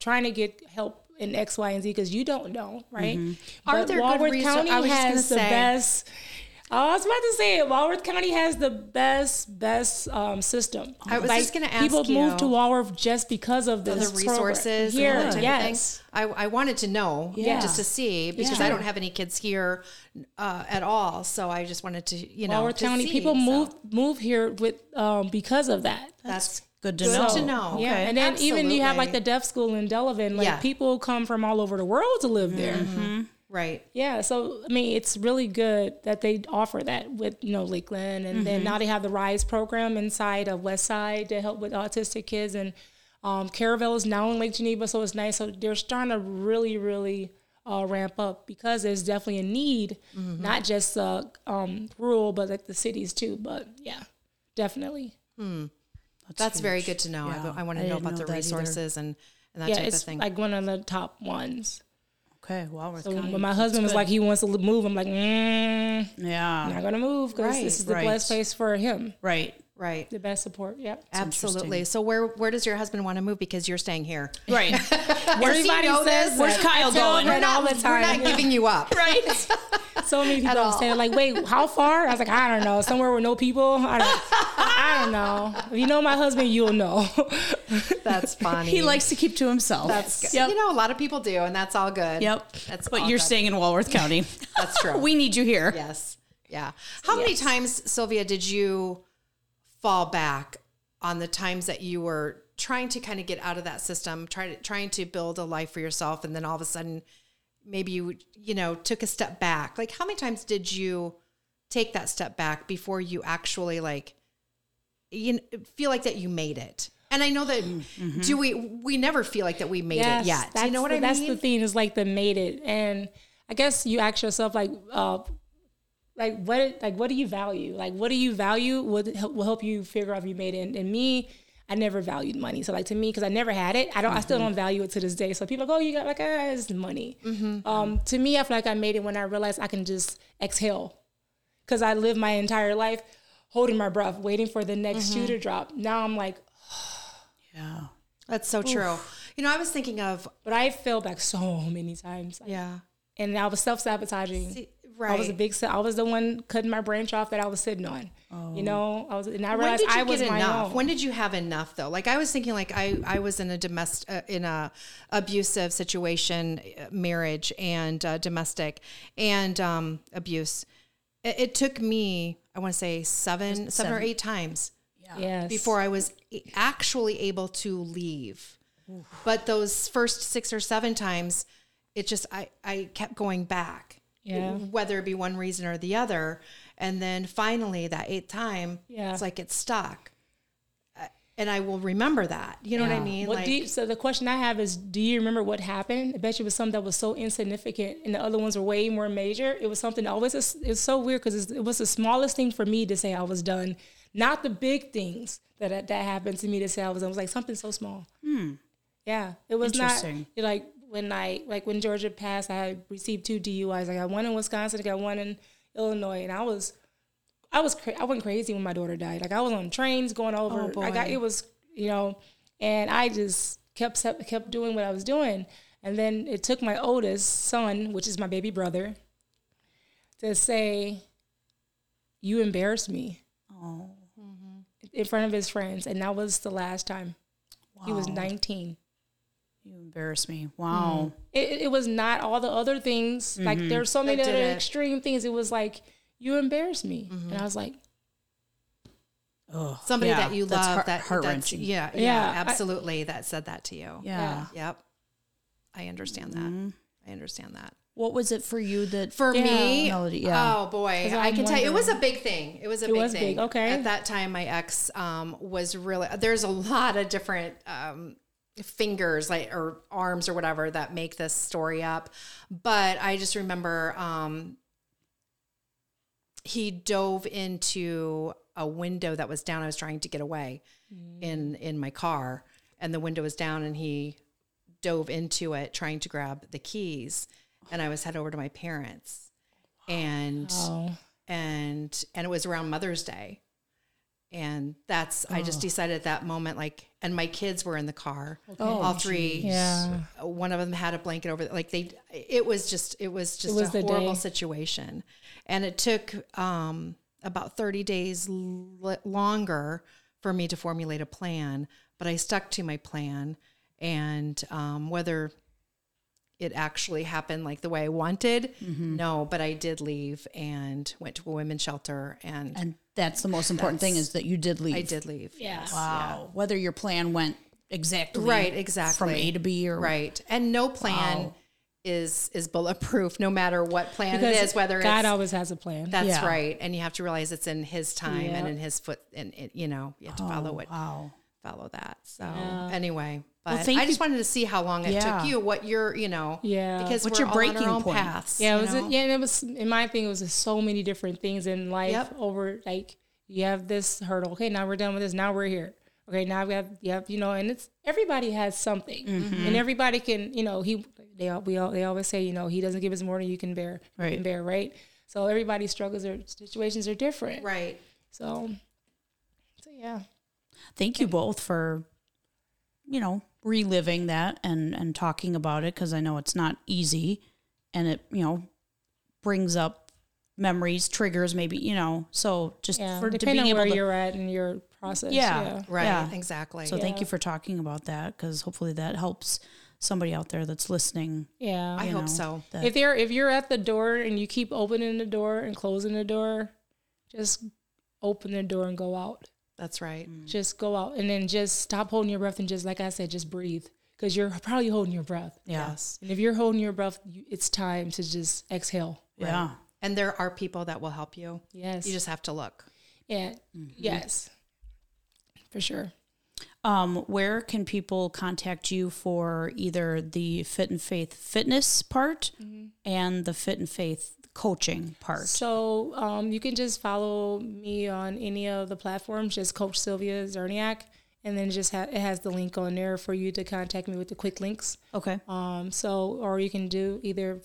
Speaker 3: trying to get help in X, Y, and Z because you don't know, right?
Speaker 1: Mm-hmm. Are
Speaker 3: But
Speaker 1: there good
Speaker 3: Walworth
Speaker 1: resou-
Speaker 3: County
Speaker 1: I was just
Speaker 3: has the
Speaker 1: gonna say.
Speaker 3: best. Oh, I was about to say it. Walworth County has the best, best um, system.
Speaker 1: I was just gonna ask
Speaker 3: people move
Speaker 1: you-
Speaker 3: to Walworth just because of
Speaker 1: the
Speaker 3: this program.
Speaker 1: resources
Speaker 3: here.
Speaker 1: and all that type
Speaker 3: yes,
Speaker 1: of thing. I, I wanted to know
Speaker 2: Yeah.
Speaker 1: just to see because I don't have any kids here uh, at all. So I just wanted to, you know,
Speaker 3: Walworth
Speaker 1: to
Speaker 3: County
Speaker 1: see,
Speaker 3: people
Speaker 1: so
Speaker 3: move move here with um, because of that.
Speaker 1: That's
Speaker 2: good to
Speaker 1: good
Speaker 2: know.
Speaker 1: to know.
Speaker 3: Yeah, and then even you have like the
Speaker 1: Absolutely.
Speaker 3: deaf school in Delavan. Like
Speaker 1: Yeah. Mm-hmm.
Speaker 3: people come from all over the world to live there.
Speaker 1: right.
Speaker 3: Yeah, so I mean, it's really good that they offer that with you know Lakeland, and then now they have the Rise program inside of West Side to help with autistic kids, and um, Caravel is now in Lake Geneva, so it's nice. So they're starting to really, really uh, ramp up because there's definitely a need, not just uh, um, rural, but like the cities too. But yeah, definitely.
Speaker 1: That's very good to know.
Speaker 2: Yeah.
Speaker 1: I, I want
Speaker 2: I
Speaker 1: to know
Speaker 2: didn't
Speaker 1: about
Speaker 2: know
Speaker 1: the
Speaker 2: that either.
Speaker 1: resources and, and that
Speaker 3: Yeah,
Speaker 1: type of
Speaker 3: it's
Speaker 1: thing.
Speaker 3: like one of the top ones.
Speaker 2: Okay, Walworth
Speaker 3: So
Speaker 2: County.
Speaker 3: when my husband was like, he wants to l- move, I'm like, mm,
Speaker 2: yeah,
Speaker 3: not gonna move because
Speaker 1: Right,
Speaker 3: this is the
Speaker 2: right.
Speaker 3: best place for him.
Speaker 2: right.
Speaker 1: right.
Speaker 3: The best support. Yep.
Speaker 1: Absolutely. So where where does your husband want to move? Because you're staying here.
Speaker 2: Right. Where's,
Speaker 1: Everybody know this?
Speaker 2: where's Kyle going?
Speaker 3: We're not-
Speaker 1: We're not giving you up.
Speaker 2: right.
Speaker 3: so many people
Speaker 1: all.
Speaker 3: say like, "Wait, how far?" I was like, "I don't know. Somewhere with no people. I don't, I don't know. If you know my husband, you'll know."
Speaker 1: That's funny.
Speaker 2: He likes to keep to himself.
Speaker 1: That's good.
Speaker 2: Yep.
Speaker 1: You know, a lot of people do, and that's all good.
Speaker 2: Yep.
Speaker 1: That's
Speaker 2: but
Speaker 1: all
Speaker 2: you're
Speaker 1: good.
Speaker 2: staying in Walworth County.
Speaker 1: That's true.
Speaker 2: we need you here.
Speaker 1: yes. Yeah. How many times, Sylvia, did you fall back on the times that you were trying to kind of get out of that system, try to, trying to build a life for yourself, and then all of a sudden, maybe you you know took a step back? Like, how many times did you take that step back before you actually like you kn- feel like that you made it? And I know that do we we never feel like that we made it yet. Do
Speaker 3: Mm-hmm. That's
Speaker 1: you know what
Speaker 3: the,
Speaker 1: I
Speaker 3: That's
Speaker 1: mean?
Speaker 3: the thing is like the made it, and I guess you ask yourself like, uh, like what like what do you value? Like what do you value? What help- will help you figure out if you made it? And, and me. I never valued money, so like to me, because I never had it, I don't. I
Speaker 1: Mm-hmm.
Speaker 3: still don't value it to this day. So people go, oh, you got like, ah, it's money.
Speaker 1: Mm-hmm.
Speaker 3: Um, to me, I feel like I made it when I realized I can just exhale because I lived my entire life holding my breath, waiting for the
Speaker 1: Mm-hmm.
Speaker 3: next shoe to drop. Now I'm like,
Speaker 2: Yeah.
Speaker 1: That's so true. You know, I was thinking of
Speaker 3: but I fell back so many times, like,
Speaker 1: yeah,
Speaker 3: and I was self sabotaging.
Speaker 1: right.
Speaker 3: I was a big, se- I was the one cutting my branch off that I was sitting on. You know, I was, and I
Speaker 1: Oh. when
Speaker 3: realized
Speaker 1: did you
Speaker 3: I was
Speaker 1: get
Speaker 3: my
Speaker 1: enough?
Speaker 3: own.
Speaker 1: When did you have enough though? Like I was thinking, like I I was in a domestic uh, in a abusive situation, uh, marriage and uh, domestic and um, abuse. It, it took me, I want to say seven, seven or eight times
Speaker 3: yes.
Speaker 1: before I was a- actually able to leave. But those first six or seven times, it just I I kept going back,
Speaker 3: Yeah.
Speaker 1: whether it be one reason or the other, and then finally that eighth time,
Speaker 3: Yeah.
Speaker 1: it's like it's stuck, Uh, and I will remember that. You know what I
Speaker 2: Yeah.
Speaker 1: mean?
Speaker 3: What
Speaker 1: like,
Speaker 3: do you, so the question I have is, do you remember what happened? I bet you it was something that was so insignificant, and the other ones were way more major. It was something always. It's so weird because it was the smallest thing for me to say I was done, not the big things that that happened to me to say I was. done. It was like something so small. Yeah, it was not
Speaker 2: Interesting.
Speaker 3: like when I like when Georgia passed. I received two DUIs. Like I got one in Wisconsin, I got one in Illinois, and I was I was cra- I went crazy when my daughter died. Like I was on trains going over.
Speaker 1: Oh,
Speaker 3: I got
Speaker 1: boy.
Speaker 3: it was you know, and I just kept kept doing what I was doing, And then it took my oldest son, which is my baby brother, to say, You embarrassed me
Speaker 2: Oh,
Speaker 3: in front of his friends. And that was the last time. He was
Speaker 2: Wow.
Speaker 3: 19.
Speaker 2: you embarrass me.
Speaker 1: Mm.
Speaker 2: Wow.
Speaker 3: It, it- it was not all the other things. Like there were so many
Speaker 1: That
Speaker 3: other
Speaker 1: Mm-hmm. didn't- Mm-hmm.
Speaker 3: extreme things. It was like, You embarrassed me. And I was like,
Speaker 2: Ugh.
Speaker 1: Somebody
Speaker 2: Yeah,
Speaker 1: that you
Speaker 2: that's
Speaker 1: love
Speaker 2: heart-
Speaker 1: that that's,
Speaker 2: heart-wrenching.
Speaker 1: yeah, yeah,
Speaker 3: Yeah, I-
Speaker 1: absolutely that said that to you.
Speaker 2: yeah. Mm-hmm.
Speaker 1: Yep. I understand that. I understand that.
Speaker 2: What was it for you that
Speaker 1: For me,
Speaker 2: Melody, yeah.
Speaker 1: oh boy,
Speaker 3: 'Cause
Speaker 1: I
Speaker 3: I'm
Speaker 1: can tell you, it was a big thing. It was a big
Speaker 3: was
Speaker 1: thing.
Speaker 3: big, okay.
Speaker 1: At that time, my ex um, was really. There's a lot of different um, fingers, like or arms or whatever, that make this story up. But I just remember um, he dove into a window that was down. I was trying to get away in in my car, and the window was down, and he dove into it trying to grab the keys. And I was head over to my parents, and
Speaker 3: Oh.
Speaker 1: and and it was around Mother's Day, and that's I just decided at that moment like, and my kids were in the car, all three.
Speaker 3: Yeah.
Speaker 1: One of them had a blanket over, like they. It was just, it was just
Speaker 3: was
Speaker 1: a
Speaker 3: the
Speaker 1: horrible
Speaker 3: day.
Speaker 1: situation, and it took um, about thirty days l- longer for me to formulate a plan. But I stuck to my plan, and um, whether it actually happened like the way I wanted,
Speaker 3: Mm-hmm.
Speaker 1: no. But I did leave and went to a women's shelter, and,
Speaker 2: and that's the most important thing is that you did leave.
Speaker 1: I did leave.
Speaker 3: Yeah.
Speaker 2: Wow. Whether your plan went exactly
Speaker 1: Right, exactly.
Speaker 2: from A to B or
Speaker 1: Right. And no plan
Speaker 2: Wow.
Speaker 1: is is bulletproof no matter what plan it is, whether
Speaker 3: God
Speaker 1: it's
Speaker 3: always has a plan.
Speaker 1: that's
Speaker 2: Yeah.
Speaker 1: right. And you have to realize it's in his time and
Speaker 3: Yep.
Speaker 1: in his foot and it, you know, you have to
Speaker 2: Oh,
Speaker 1: follow what
Speaker 2: Wow.
Speaker 1: follow that. So anyway.
Speaker 2: Well,
Speaker 1: But
Speaker 2: thank
Speaker 1: I just
Speaker 2: you-
Speaker 1: wanted to see how long it
Speaker 2: Yeah.
Speaker 1: took you, what your you know,
Speaker 3: Yeah.
Speaker 1: because
Speaker 2: What's
Speaker 1: we're
Speaker 2: your
Speaker 1: all on
Speaker 2: breaking
Speaker 1: our own
Speaker 2: point?
Speaker 1: paths.
Speaker 3: Yeah,
Speaker 1: you
Speaker 3: it was.
Speaker 1: know?
Speaker 3: yeah, and it was. In my thing, it was just so many different things in life.
Speaker 1: Yep.
Speaker 3: Over like you have this hurdle. Okay, now we're done with this. Now we're here. Okay, now we have. Yep, you know, and it's everybody has something,
Speaker 1: Mm-hmm.
Speaker 3: and everybody can. You know, he. They all. We all. They always say, you know, he doesn't give us more than you can bear. you
Speaker 2: Right.
Speaker 3: Can bear. Right. So everybody's struggles or situations are different.
Speaker 1: Right.
Speaker 3: So. So yeah.
Speaker 2: Thank you both for, you know, reliving that and and talking about it because I know it's not easy, and it you know brings up memories, triggers, maybe you know. So just
Speaker 3: Yeah.
Speaker 2: for to being
Speaker 3: Depending on
Speaker 2: able
Speaker 3: where
Speaker 2: to
Speaker 3: you're at in your process.
Speaker 2: Yeah.
Speaker 3: Yeah.
Speaker 1: Right.
Speaker 2: Yeah.
Speaker 1: Exactly.
Speaker 2: So thank you for talking about that because hopefully that helps somebody out there that's listening.
Speaker 3: Yeah.
Speaker 1: I
Speaker 2: you
Speaker 1: hope
Speaker 2: know,
Speaker 1: so.
Speaker 2: that-
Speaker 3: if you're if you're at the door and you keep opening the door and closing the door, just open the door and go out.
Speaker 1: That's right.
Speaker 3: Just go out and then just stop holding your breath and just like I said, just breathe because you're probably holding your breath.
Speaker 2: yeah,
Speaker 1: Yes.
Speaker 3: And if you're holding your breath, you, it's time to just exhale.
Speaker 2: yeah,
Speaker 1: And there are people that will help you.
Speaker 3: Yes.
Speaker 1: You just Mm-hmm. have to look.
Speaker 3: yeah. Yes. For sure.
Speaker 2: Um, where can people contact you for either the fit and faith fitness part and the fit and faith coaching part?
Speaker 3: So um, you can just follow me on any of the platforms, just Coach Sylvia Zerniak, and then just ha- it has the link on there for you to contact me with the quick links.
Speaker 2: Okay,
Speaker 3: Um, so, or you can do either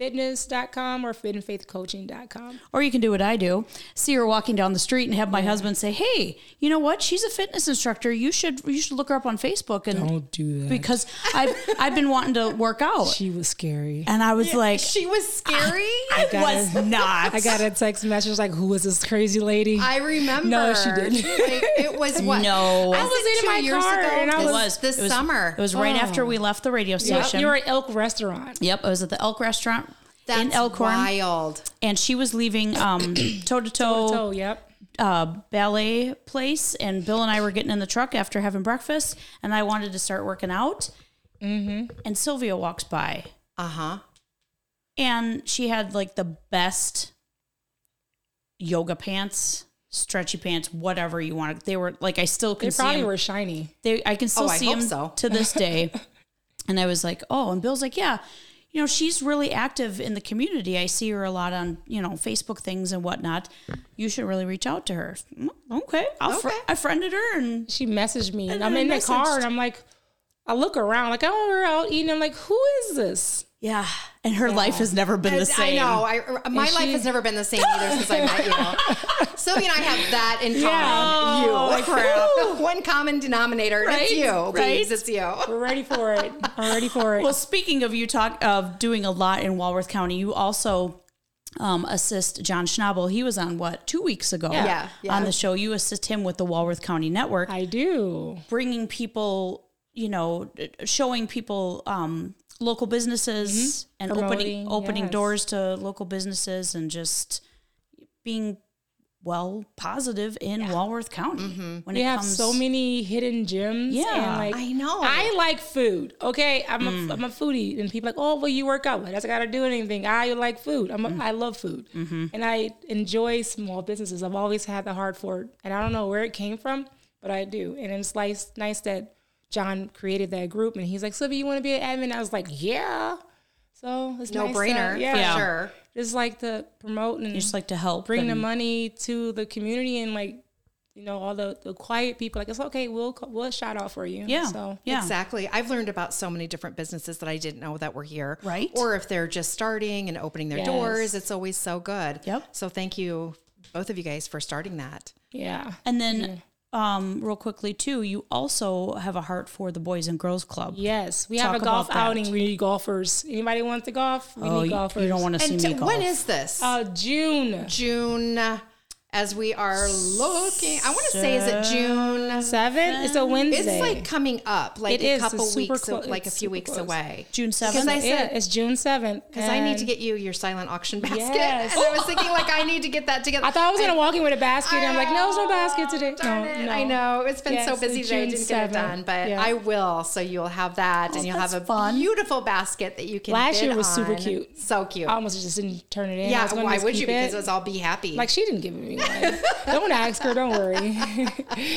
Speaker 3: fitandfaithfitness.com or fitandfaithcoaching.com.
Speaker 2: or you can do what I do: see her walking down the street and have my husband say, "Hey, you know what? She's a fitness instructor. You should you should look her up on Facebook." And
Speaker 3: do that.
Speaker 2: because I've I've been wanting to work out,
Speaker 3: She was scary.
Speaker 2: and I was like,
Speaker 1: She was scary.
Speaker 2: I
Speaker 3: gotta-
Speaker 2: was not.
Speaker 3: I got a text message like, who is this crazy lady?
Speaker 1: I remember.
Speaker 3: No, she didn't.
Speaker 1: Like, it was what?
Speaker 2: No. I
Speaker 1: was
Speaker 3: was
Speaker 1: it
Speaker 3: in
Speaker 1: two
Speaker 3: my
Speaker 1: years
Speaker 3: car
Speaker 1: ago?
Speaker 3: and I
Speaker 1: This-
Speaker 2: It was
Speaker 1: this
Speaker 2: It was-
Speaker 1: summer.
Speaker 2: It was right after we left the radio
Speaker 3: Yep,
Speaker 2: station.
Speaker 3: You're at Elk Restaurant.
Speaker 2: Yep, it was at the Elk Restaurant
Speaker 1: That's
Speaker 2: in Elkhorn,
Speaker 1: wild.
Speaker 2: and she was leaving um, toe to toe
Speaker 3: So, yep.
Speaker 2: ballet place. And Bill and I were getting in the truck after having breakfast, and I wanted to start working out. Mm-hmm. And Sylvia walks by,
Speaker 1: Uh huh.
Speaker 2: and she had like the best yoga pants, stretchy pants, whatever you wanted. They were like I still
Speaker 3: They
Speaker 2: could see
Speaker 3: probably
Speaker 2: them.
Speaker 3: were shiny.
Speaker 2: they I can still
Speaker 1: Oh, I
Speaker 2: see
Speaker 1: hope
Speaker 2: him
Speaker 1: so.
Speaker 2: to this day. and I was like, oh, and Bill's like, yeah, you know, she's really active in the community. I see her a lot on you know Facebook things and whatnot. You should really reach out to her. Mm, Okay, I'll fr-
Speaker 1: Okay.
Speaker 2: I friended her and
Speaker 3: She messaged me and,
Speaker 2: And
Speaker 3: I'm
Speaker 2: I
Speaker 3: in the
Speaker 2: messaged.
Speaker 3: car and I'm like, I look around, like, I'm out eating. I'm like, who is this?
Speaker 2: Yeah. And her life has never been the
Speaker 1: I
Speaker 2: same.
Speaker 1: know. I, er, my
Speaker 2: And
Speaker 1: life
Speaker 2: she-
Speaker 1: has never been the same either since I met you. Sylvia and I have that in common.
Speaker 3: Yeah.
Speaker 1: you. One common denominator. and It's
Speaker 2: Oh, Right?
Speaker 1: you.
Speaker 2: Right?
Speaker 1: Please, it's you.
Speaker 3: We're ready for it. I'm ready for it.
Speaker 2: Well, speaking of you talk of doing a lot in Walworth County, you also um, assist John Schnabel. He was on what two weeks ago
Speaker 1: Yeah, yeah.
Speaker 2: on the show. You assist him with the Walworth County Network,
Speaker 3: I do.
Speaker 2: bringing people, you know, showing people um, local businesses and opening
Speaker 3: Mm-hmm. Promoting,
Speaker 2: opening
Speaker 3: yes.
Speaker 2: doors to local businesses and just being well positive in Walworth County when
Speaker 3: We
Speaker 2: it
Speaker 3: have
Speaker 2: comes
Speaker 3: so many hidden gems.
Speaker 2: Yeah.
Speaker 3: and like,
Speaker 1: I know.
Speaker 3: I like food. Okay, I'm a,
Speaker 2: Mm.
Speaker 3: I'm a foodie, and people like, oh, well, you work out. Well, that's gotta do anything. I like food. I'm a,
Speaker 2: Mm.
Speaker 3: I love food,
Speaker 2: Mm-hmm.
Speaker 3: and I enjoy small businesses. I've always had the heart for it, and I don't know where it came from, but I do. And it's nice, nice that John created that group, and he's like, Sylvia, you want to be an admin? I was like, yeah. So it's
Speaker 1: no
Speaker 3: nice
Speaker 1: brainer
Speaker 3: that-
Speaker 1: for
Speaker 3: yeah.
Speaker 1: sure.
Speaker 3: Just like to promote and
Speaker 2: you just like to help
Speaker 3: bring the
Speaker 2: and-
Speaker 3: money to the community and like you know all the, the quiet people like it's okay we'll co- we'll shout out for you
Speaker 2: Yeah,
Speaker 3: so
Speaker 2: yeah.
Speaker 1: Exactly. I've learned about so many different businesses that I didn't know that were here.
Speaker 2: Right.
Speaker 1: Or if they're just starting and opening their
Speaker 3: Yes.
Speaker 1: doors, it's always so good.
Speaker 2: Yep.
Speaker 1: So thank you, both of you guys, for starting that.
Speaker 3: yeah
Speaker 2: And then, um, real quickly too, you also have a heart for the Boys and Girls Club.
Speaker 3: yes we
Speaker 2: Talk
Speaker 3: have a golf
Speaker 2: about that.
Speaker 3: outing we need golfers anybody wants to golf we
Speaker 2: Oh,
Speaker 3: need
Speaker 2: you,
Speaker 3: golfers
Speaker 2: you don't want to see
Speaker 1: And
Speaker 2: me
Speaker 1: t-
Speaker 2: golf.
Speaker 1: when is this?
Speaker 3: uh june
Speaker 1: June, as we are looking, I want to say, is it June?
Speaker 3: 7th it's a
Speaker 1: It's
Speaker 3: wednesday
Speaker 1: like coming up, like
Speaker 3: It
Speaker 1: a
Speaker 3: is.
Speaker 1: couple
Speaker 3: It's super
Speaker 1: weeks,
Speaker 3: clo-
Speaker 1: like a
Speaker 3: it's
Speaker 1: few
Speaker 3: super
Speaker 1: weeks
Speaker 3: close.
Speaker 1: away.
Speaker 2: June
Speaker 1: Because
Speaker 2: seventh?
Speaker 1: I
Speaker 3: yeah,
Speaker 1: said,
Speaker 3: it's june 7th
Speaker 1: because I need to get you your silent auction basket.
Speaker 3: Yes.
Speaker 1: And I was thinking, like, I need to get that together. Oh,
Speaker 3: i thought i was gonna walk in with a basket and i'm like no there's no basket today
Speaker 1: Darn
Speaker 3: no
Speaker 1: it.
Speaker 3: no
Speaker 1: I know it's been
Speaker 3: Yes,
Speaker 1: so
Speaker 3: it's
Speaker 1: busy today. I
Speaker 3: June
Speaker 1: didn't get it
Speaker 3: 7th.
Speaker 1: done, but
Speaker 3: Yeah. Oh,
Speaker 1: I will. So you'll have that, and you'll have
Speaker 2: that's
Speaker 1: a
Speaker 2: fun.
Speaker 1: beautiful basket that you can.
Speaker 3: Last
Speaker 1: bid
Speaker 3: year was super
Speaker 1: on.
Speaker 3: cute.
Speaker 1: so cute.
Speaker 3: i almost just didn't turn it in I
Speaker 1: yeah,
Speaker 3: was gonna
Speaker 1: why
Speaker 3: just
Speaker 1: would you?
Speaker 3: keep
Speaker 1: Because
Speaker 3: it.
Speaker 1: it was all be happy.
Speaker 3: like she didn't give me one. don't ask her. Don't worry.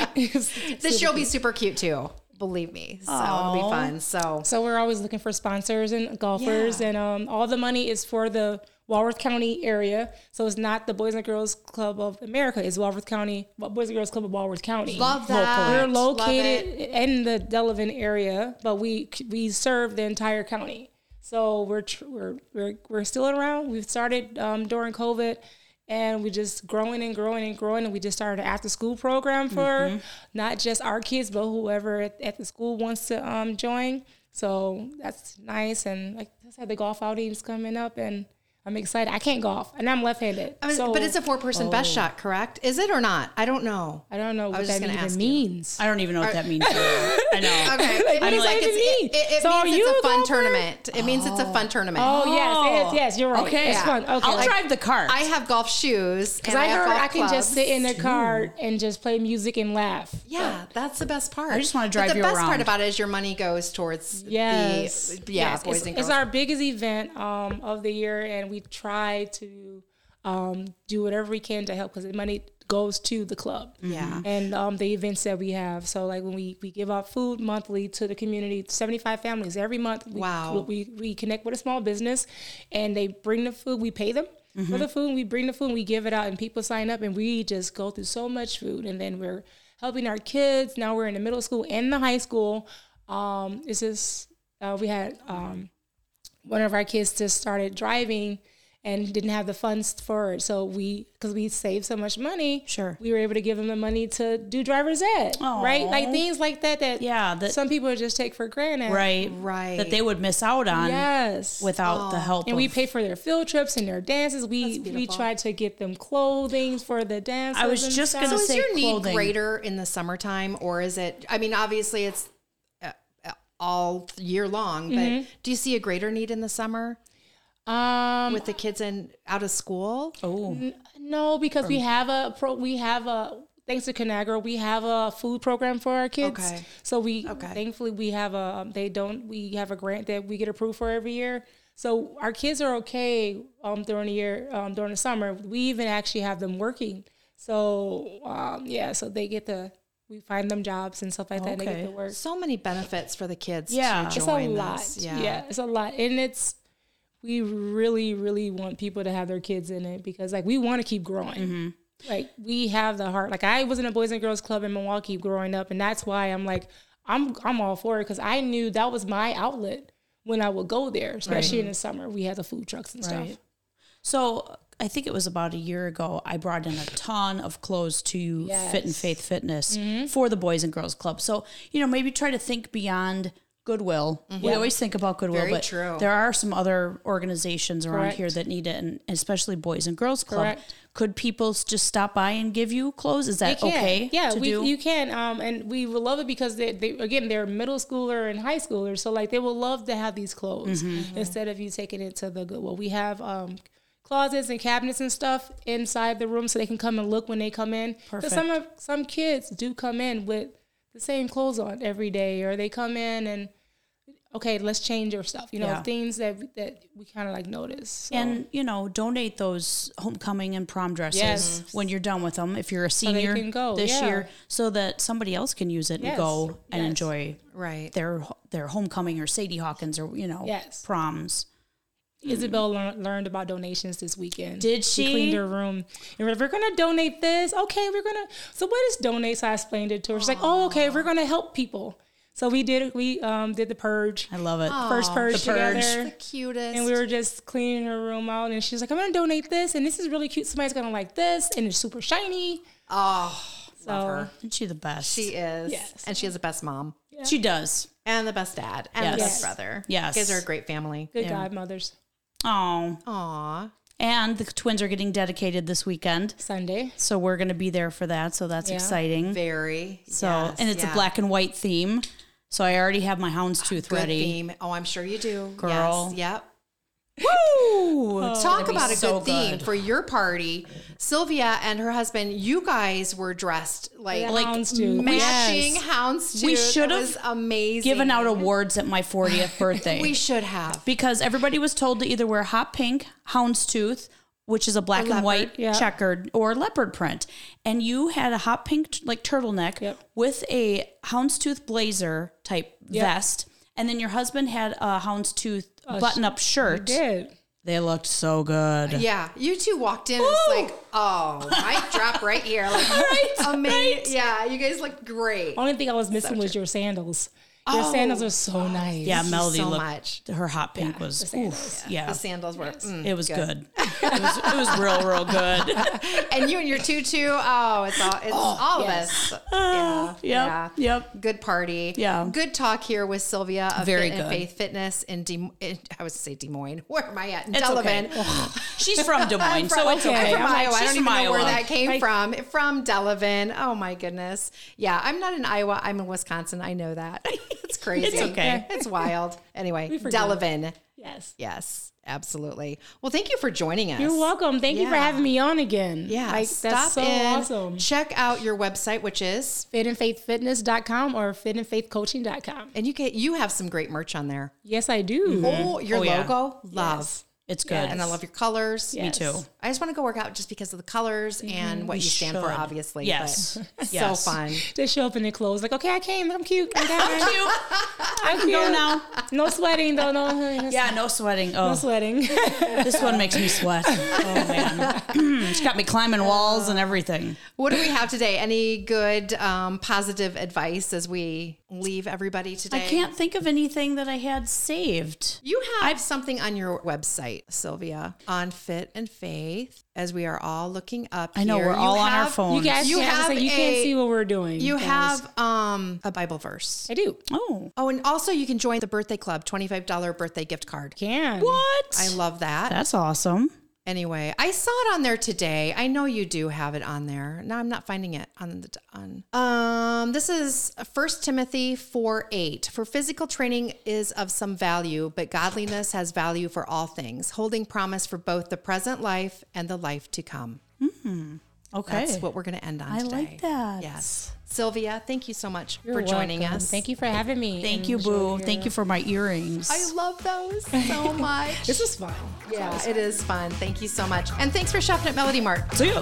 Speaker 1: this year will be super cute too. Believe me. So it'll be fun. So
Speaker 3: So we're always looking for sponsors and golfers,
Speaker 2: Yeah.
Speaker 3: and um, all the money is for the Walworth County area. So it's not the Boys and Girls Club of America; it's Walworth County Boys and Girls Club of Walworth County.
Speaker 1: Love that.
Speaker 3: We're
Speaker 1: Love it.
Speaker 3: located in the Delavan area, but we we serve the entire county. So we're tr- we're we're, we're still around. We've started um, during COVID. And we just growing and growing and growing, and we just started an after school program for
Speaker 1: Mm-hmm.
Speaker 3: not just our kids, but whoever at, at the school wants to um, join. So that's nice. And like I said, the golf outings coming up, and I'm excited. I can't golf, and I'm left-handed.
Speaker 1: I mean,
Speaker 3: so
Speaker 1: but it's a four-person best
Speaker 3: Oh.
Speaker 1: shot, correct? Is it or not? I don't know.
Speaker 3: I don't know what
Speaker 1: was
Speaker 3: that
Speaker 1: just gonna ask
Speaker 3: even
Speaker 1: you.
Speaker 3: means.
Speaker 2: I don't even know what that means. I know.
Speaker 1: Okay, it
Speaker 3: what
Speaker 1: means,
Speaker 3: does that
Speaker 1: it's, it,
Speaker 3: even mean?
Speaker 1: it- it
Speaker 3: So are
Speaker 1: means
Speaker 3: you
Speaker 1: it's a
Speaker 3: a
Speaker 1: fun
Speaker 3: golfer?
Speaker 1: tournament. It means it's a fun tournament.
Speaker 3: Oh, yes, yes, yes. You're right.
Speaker 2: Okay,
Speaker 3: It's fun. Okay.
Speaker 2: I'll drive the cart.
Speaker 1: I have golf shoes.
Speaker 3: Because
Speaker 1: and
Speaker 3: I
Speaker 1: have
Speaker 3: heard
Speaker 1: golf
Speaker 3: I can just
Speaker 1: clubs.
Speaker 3: sit in the car and just play music and laugh.
Speaker 1: Yeah, that's the best part.
Speaker 2: I just wanna
Speaker 1: But
Speaker 2: drive
Speaker 1: the
Speaker 2: you
Speaker 1: best part
Speaker 2: around.
Speaker 1: about it is your money goes towards
Speaker 3: Yes.
Speaker 1: the yeah
Speaker 3: Yes.
Speaker 1: boys
Speaker 3: it's,
Speaker 1: and
Speaker 3: it's
Speaker 1: girls.
Speaker 3: our biggest event um, of the year, and we try to um, do whatever we can to help because the money goes to the club.
Speaker 1: Yeah.
Speaker 3: And um, the events that we have. So, like when we, we give out food monthly to the community, 75 families every month. We,
Speaker 1: Wow.
Speaker 3: We, we connect with a small business and they bring the food, we pay them.
Speaker 2: Mm-hmm.
Speaker 3: For the food, we bring the food, we give it out, and people sign up, and we just go through so much food. And then we're helping our kids. Now we're in the middle school and the high school. Um, it's just, uh, we had um, one of our kids just started driving and didn't have the funds for it. So we, because we saved so much money,
Speaker 2: Sure.
Speaker 3: we were able to give them the money to do driver's ed, right? Like things like that that
Speaker 2: yeah, that
Speaker 3: some people just take for granted,
Speaker 2: right,
Speaker 1: Right.
Speaker 2: that they would miss out on
Speaker 3: Yes.
Speaker 2: without the help.
Speaker 3: and
Speaker 2: of,
Speaker 3: we pay for their field trips and their dances. We we
Speaker 1: beautiful.
Speaker 3: try to get them clothing for the dances.
Speaker 2: I was
Speaker 3: and
Speaker 2: just
Speaker 3: stuff.
Speaker 2: gonna
Speaker 1: so is
Speaker 2: say
Speaker 1: your need
Speaker 2: clothing.
Speaker 1: greater in the summertime or is it? I mean, obviously it's uh, uh, all year long, but
Speaker 3: Mm-hmm.
Speaker 1: do you see a greater need in the summer
Speaker 3: um
Speaker 1: with the kids in out of school?
Speaker 2: Oh,
Speaker 3: no because
Speaker 2: Um.
Speaker 3: we have a pro we have a thanks to Conagra we have a food program for our kids.
Speaker 1: Okay.
Speaker 3: So we
Speaker 1: Okay.
Speaker 3: thankfully we have a um, they don't we have a grant that we get approved for every year. So our kids are okay um, during the year um, during the summer. We even actually have them working. So um, yeah, so they get the we find them jobs and stuff like that. And they
Speaker 2: Okay.
Speaker 3: get to work.
Speaker 1: So many benefits for the kids.
Speaker 2: Yeah.
Speaker 1: to
Speaker 2: It's
Speaker 3: it's a
Speaker 1: join
Speaker 3: lot.
Speaker 1: this.
Speaker 3: Yeah. it's a lot, and it's we really, really want people to have their kids in it because like we want to keep growing. Like we have the heart. Like I was in a boys and girls club in Milwaukee growing up, and that's why I'm like I'm I'm all for it because I knew that was my outlet when I would go there, especially in the summer. We had the food trucks and stuff.
Speaker 2: Right. So I think it was about a year ago. I brought in a ton of clothes to Fit and Faith Fitness
Speaker 3: Mm-hmm.
Speaker 2: for the Boys and Girls Club. So you know, maybe try to think beyond Goodwill.
Speaker 3: Mm-hmm.
Speaker 2: We always think about Goodwill,
Speaker 1: Very
Speaker 2: but
Speaker 1: true.
Speaker 2: there are some other organizations around
Speaker 3: Correct.
Speaker 2: here that need it, and especially Boys and Girls Club.
Speaker 3: Correct.
Speaker 2: Could people s- just stop by and give you clothes? Is that
Speaker 3: You can.
Speaker 2: okay?
Speaker 3: Yeah,
Speaker 2: to
Speaker 3: we,
Speaker 2: do?
Speaker 3: you can. Um, and we will love it because they, they again they're middle schooler and high schooler, so like they will love to have these clothes
Speaker 2: Mm-hmm.
Speaker 3: instead of you taking it to the Goodwill. We have um closets and cabinets and stuff inside the room so they can come and look when they come in. Because some of some kids do come in with the same clothes on every day, or they come in and okay, let's change your stuff. You know,
Speaker 2: Yeah.
Speaker 3: things that that we kind of like notice. So-
Speaker 2: and you know, donate those homecoming and prom dresses
Speaker 3: Yes.
Speaker 2: when you're done with them. If you're a senior
Speaker 3: can go,
Speaker 2: this
Speaker 3: yeah.
Speaker 2: year, so that somebody else can use it and
Speaker 3: Yes,
Speaker 2: go and
Speaker 3: yes.
Speaker 2: enjoy
Speaker 1: Right.
Speaker 2: their their homecoming or Sadie Hawkins or you know
Speaker 3: Yes.
Speaker 2: proms.
Speaker 3: Isabel lear- learned about donations this weekend.
Speaker 2: Did she?
Speaker 3: cleaned her room. And we're, we're gonna donate this. Okay, we're gonna. So what is donate? So I explained it to her. She's like, oh, okay, we're gonna help people. So we did. We um did the purge,
Speaker 2: I love it.
Speaker 3: first purge
Speaker 2: the purge.
Speaker 1: The
Speaker 3: together.
Speaker 1: cutest.
Speaker 3: And we were just cleaning her room out, and she's like, "I'm gonna donate this, and this is really cute. Somebody's gonna like this, and it's super shiny."
Speaker 1: oh,
Speaker 3: So
Speaker 2: Isn't she the best?
Speaker 1: she is.
Speaker 3: Yes.
Speaker 1: And she has the best mom
Speaker 2: She does.
Speaker 1: and the best dad and the
Speaker 2: Yes.
Speaker 1: best brother.
Speaker 2: Yes.
Speaker 1: You guys are a great family.
Speaker 3: good godmothers
Speaker 2: Oh,
Speaker 1: Aw.
Speaker 2: and the twins are getting dedicated this weekend,
Speaker 3: Sunday.
Speaker 2: so we're going to be there for that. So that's
Speaker 3: Yeah.
Speaker 2: exciting.
Speaker 1: Very.
Speaker 2: so and it's a black and white theme. So I already have my houndstooth
Speaker 1: Good
Speaker 2: ready.
Speaker 1: theme. Oh, I'm sure you do.
Speaker 2: Girl.
Speaker 1: Yes. Yep.
Speaker 2: Woo! Oh,
Speaker 1: Talk about a
Speaker 2: so
Speaker 1: good theme
Speaker 2: good.
Speaker 1: for your party. Sylvia and her husband, you guys were dressed like,
Speaker 3: Like houndstooth.
Speaker 1: matching houndstooth.
Speaker 2: We
Speaker 1: It
Speaker 2: should have
Speaker 1: was amazing.
Speaker 2: Giving out awards at my 40th birthday.
Speaker 1: We should have.
Speaker 2: because everybody was told to either wear hot pink houndstooth which is a black and white
Speaker 3: yeah.
Speaker 2: checkered or leopard print and you had a hot pink t- like turtleneck
Speaker 3: Yep.
Speaker 2: with a houndstooth blazer type vest and then your husband had a houndstooth button up shirt
Speaker 3: Did
Speaker 2: they looked so good
Speaker 1: Yeah, you two walked in. and It's
Speaker 2: Woo!
Speaker 1: like, oh, mic drop right here. Like, amazing. Yeah, you guys look
Speaker 2: Oh,
Speaker 1: great.
Speaker 3: only thing I was missing was your sandals. Your
Speaker 1: Oh.
Speaker 3: sandals are so nice.
Speaker 2: yeah melody
Speaker 1: so
Speaker 2: looked
Speaker 1: much.
Speaker 2: her hot pink was oof, yeah,
Speaker 1: The sandals were, mm.
Speaker 2: it was good, it, was, it was real real good
Speaker 1: and you and your tutu. Oh, it's all, it's all of us. Yeah,
Speaker 2: yep yep
Speaker 1: Good party.
Speaker 2: Yeah.
Speaker 1: Good talk here with Sylvia of
Speaker 2: Very
Speaker 1: Fit and
Speaker 2: good.
Speaker 1: Faith Fitness in, Des, in I would say Des Moines. Where am I at? In
Speaker 2: It's
Speaker 1: Delavan.
Speaker 2: okay. she's from Des Moines so it's
Speaker 1: I'm
Speaker 2: okay
Speaker 1: from
Speaker 2: I'm like,
Speaker 1: Iowa. I
Speaker 2: she's
Speaker 1: don't even
Speaker 2: from
Speaker 1: know where
Speaker 2: Iowa.
Speaker 1: that came from. From Delavan. Oh my goodness. Yeah, I'm not in Iowa. I'm in Wisconsin. I know that. It's crazy.
Speaker 2: It's okay.
Speaker 1: It's wild. Anyway, Delavan.
Speaker 3: Yes.
Speaker 1: Yes, absolutely. Well, thank you for joining us.
Speaker 3: You're welcome. Thank you for
Speaker 1: Yeah.
Speaker 3: having me on again.
Speaker 1: Yeah,
Speaker 3: Like,
Speaker 1: stop
Speaker 3: that's so
Speaker 1: in.
Speaker 3: awesome.
Speaker 1: Check out your website, which is,
Speaker 3: fitandfaithfitness.com or fitandfaithcoaching.com.
Speaker 1: and you get you have some great merch on there.
Speaker 3: Yes, I do.
Speaker 1: Oh, your
Speaker 2: Oh, yeah.
Speaker 1: logo, love,
Speaker 2: it's good
Speaker 1: and I love your colors.
Speaker 2: Me
Speaker 3: Yes.
Speaker 2: too.
Speaker 1: I just want to go work out just because of the colors and what you stand for,
Speaker 2: should.
Speaker 1: obviously.
Speaker 2: Yes.
Speaker 1: but
Speaker 2: Yes.
Speaker 1: so fun.
Speaker 3: They show up in their clothes, like, okay, I came. I'm cute. I'm down.
Speaker 2: I can go now.
Speaker 3: no sweating, though. No, no
Speaker 2: Yeah, no sweating. Oh,
Speaker 3: sweating.
Speaker 2: this one makes me sweat. Oh man, it's got me climbing walls and everything.
Speaker 1: What do we have today? Any good um, positive advice as we leave everybody today?
Speaker 2: I can't think of anything that I had saved.
Speaker 1: You have something on your website, Sylvia, on Fit and Faith, as we are all looking up.
Speaker 2: I know
Speaker 1: here.
Speaker 2: we're
Speaker 1: You
Speaker 2: all on our
Speaker 1: have-
Speaker 2: phone.
Speaker 3: you guys
Speaker 1: You
Speaker 3: you have
Speaker 1: have
Speaker 3: you
Speaker 1: a-
Speaker 3: can't see what we're doing.
Speaker 1: You
Speaker 3: guys.
Speaker 1: have um, a Bible verse.
Speaker 3: I do.
Speaker 2: oh,
Speaker 1: Oh, and also you can join the birthday club, $25 birthday gift card.
Speaker 3: Can.
Speaker 2: what?
Speaker 1: I love that.
Speaker 2: That's awesome.
Speaker 1: Anyway, I saw it on there today. I know you do have it on there. No, I'm not finding it on the on. Um, this is 1 Timothy 4 8. For physical training is of some value, but godliness has value for all things, holding promise for both the present life and the life to come.
Speaker 2: Okay,
Speaker 1: That's what we're going to end on
Speaker 2: I
Speaker 1: today.
Speaker 2: like that.
Speaker 1: Yes. Sylvia, thank you so much
Speaker 3: You're
Speaker 1: for joining
Speaker 3: welcome.
Speaker 1: us.
Speaker 3: Thank you for having me.
Speaker 2: Thank you, Boo. Thank you for my earrings.
Speaker 1: I love those so much.
Speaker 3: This was fun.
Speaker 1: yeah, it is fun. Thank you so much. And thanks for shopping at Melody Mart.
Speaker 2: See ya.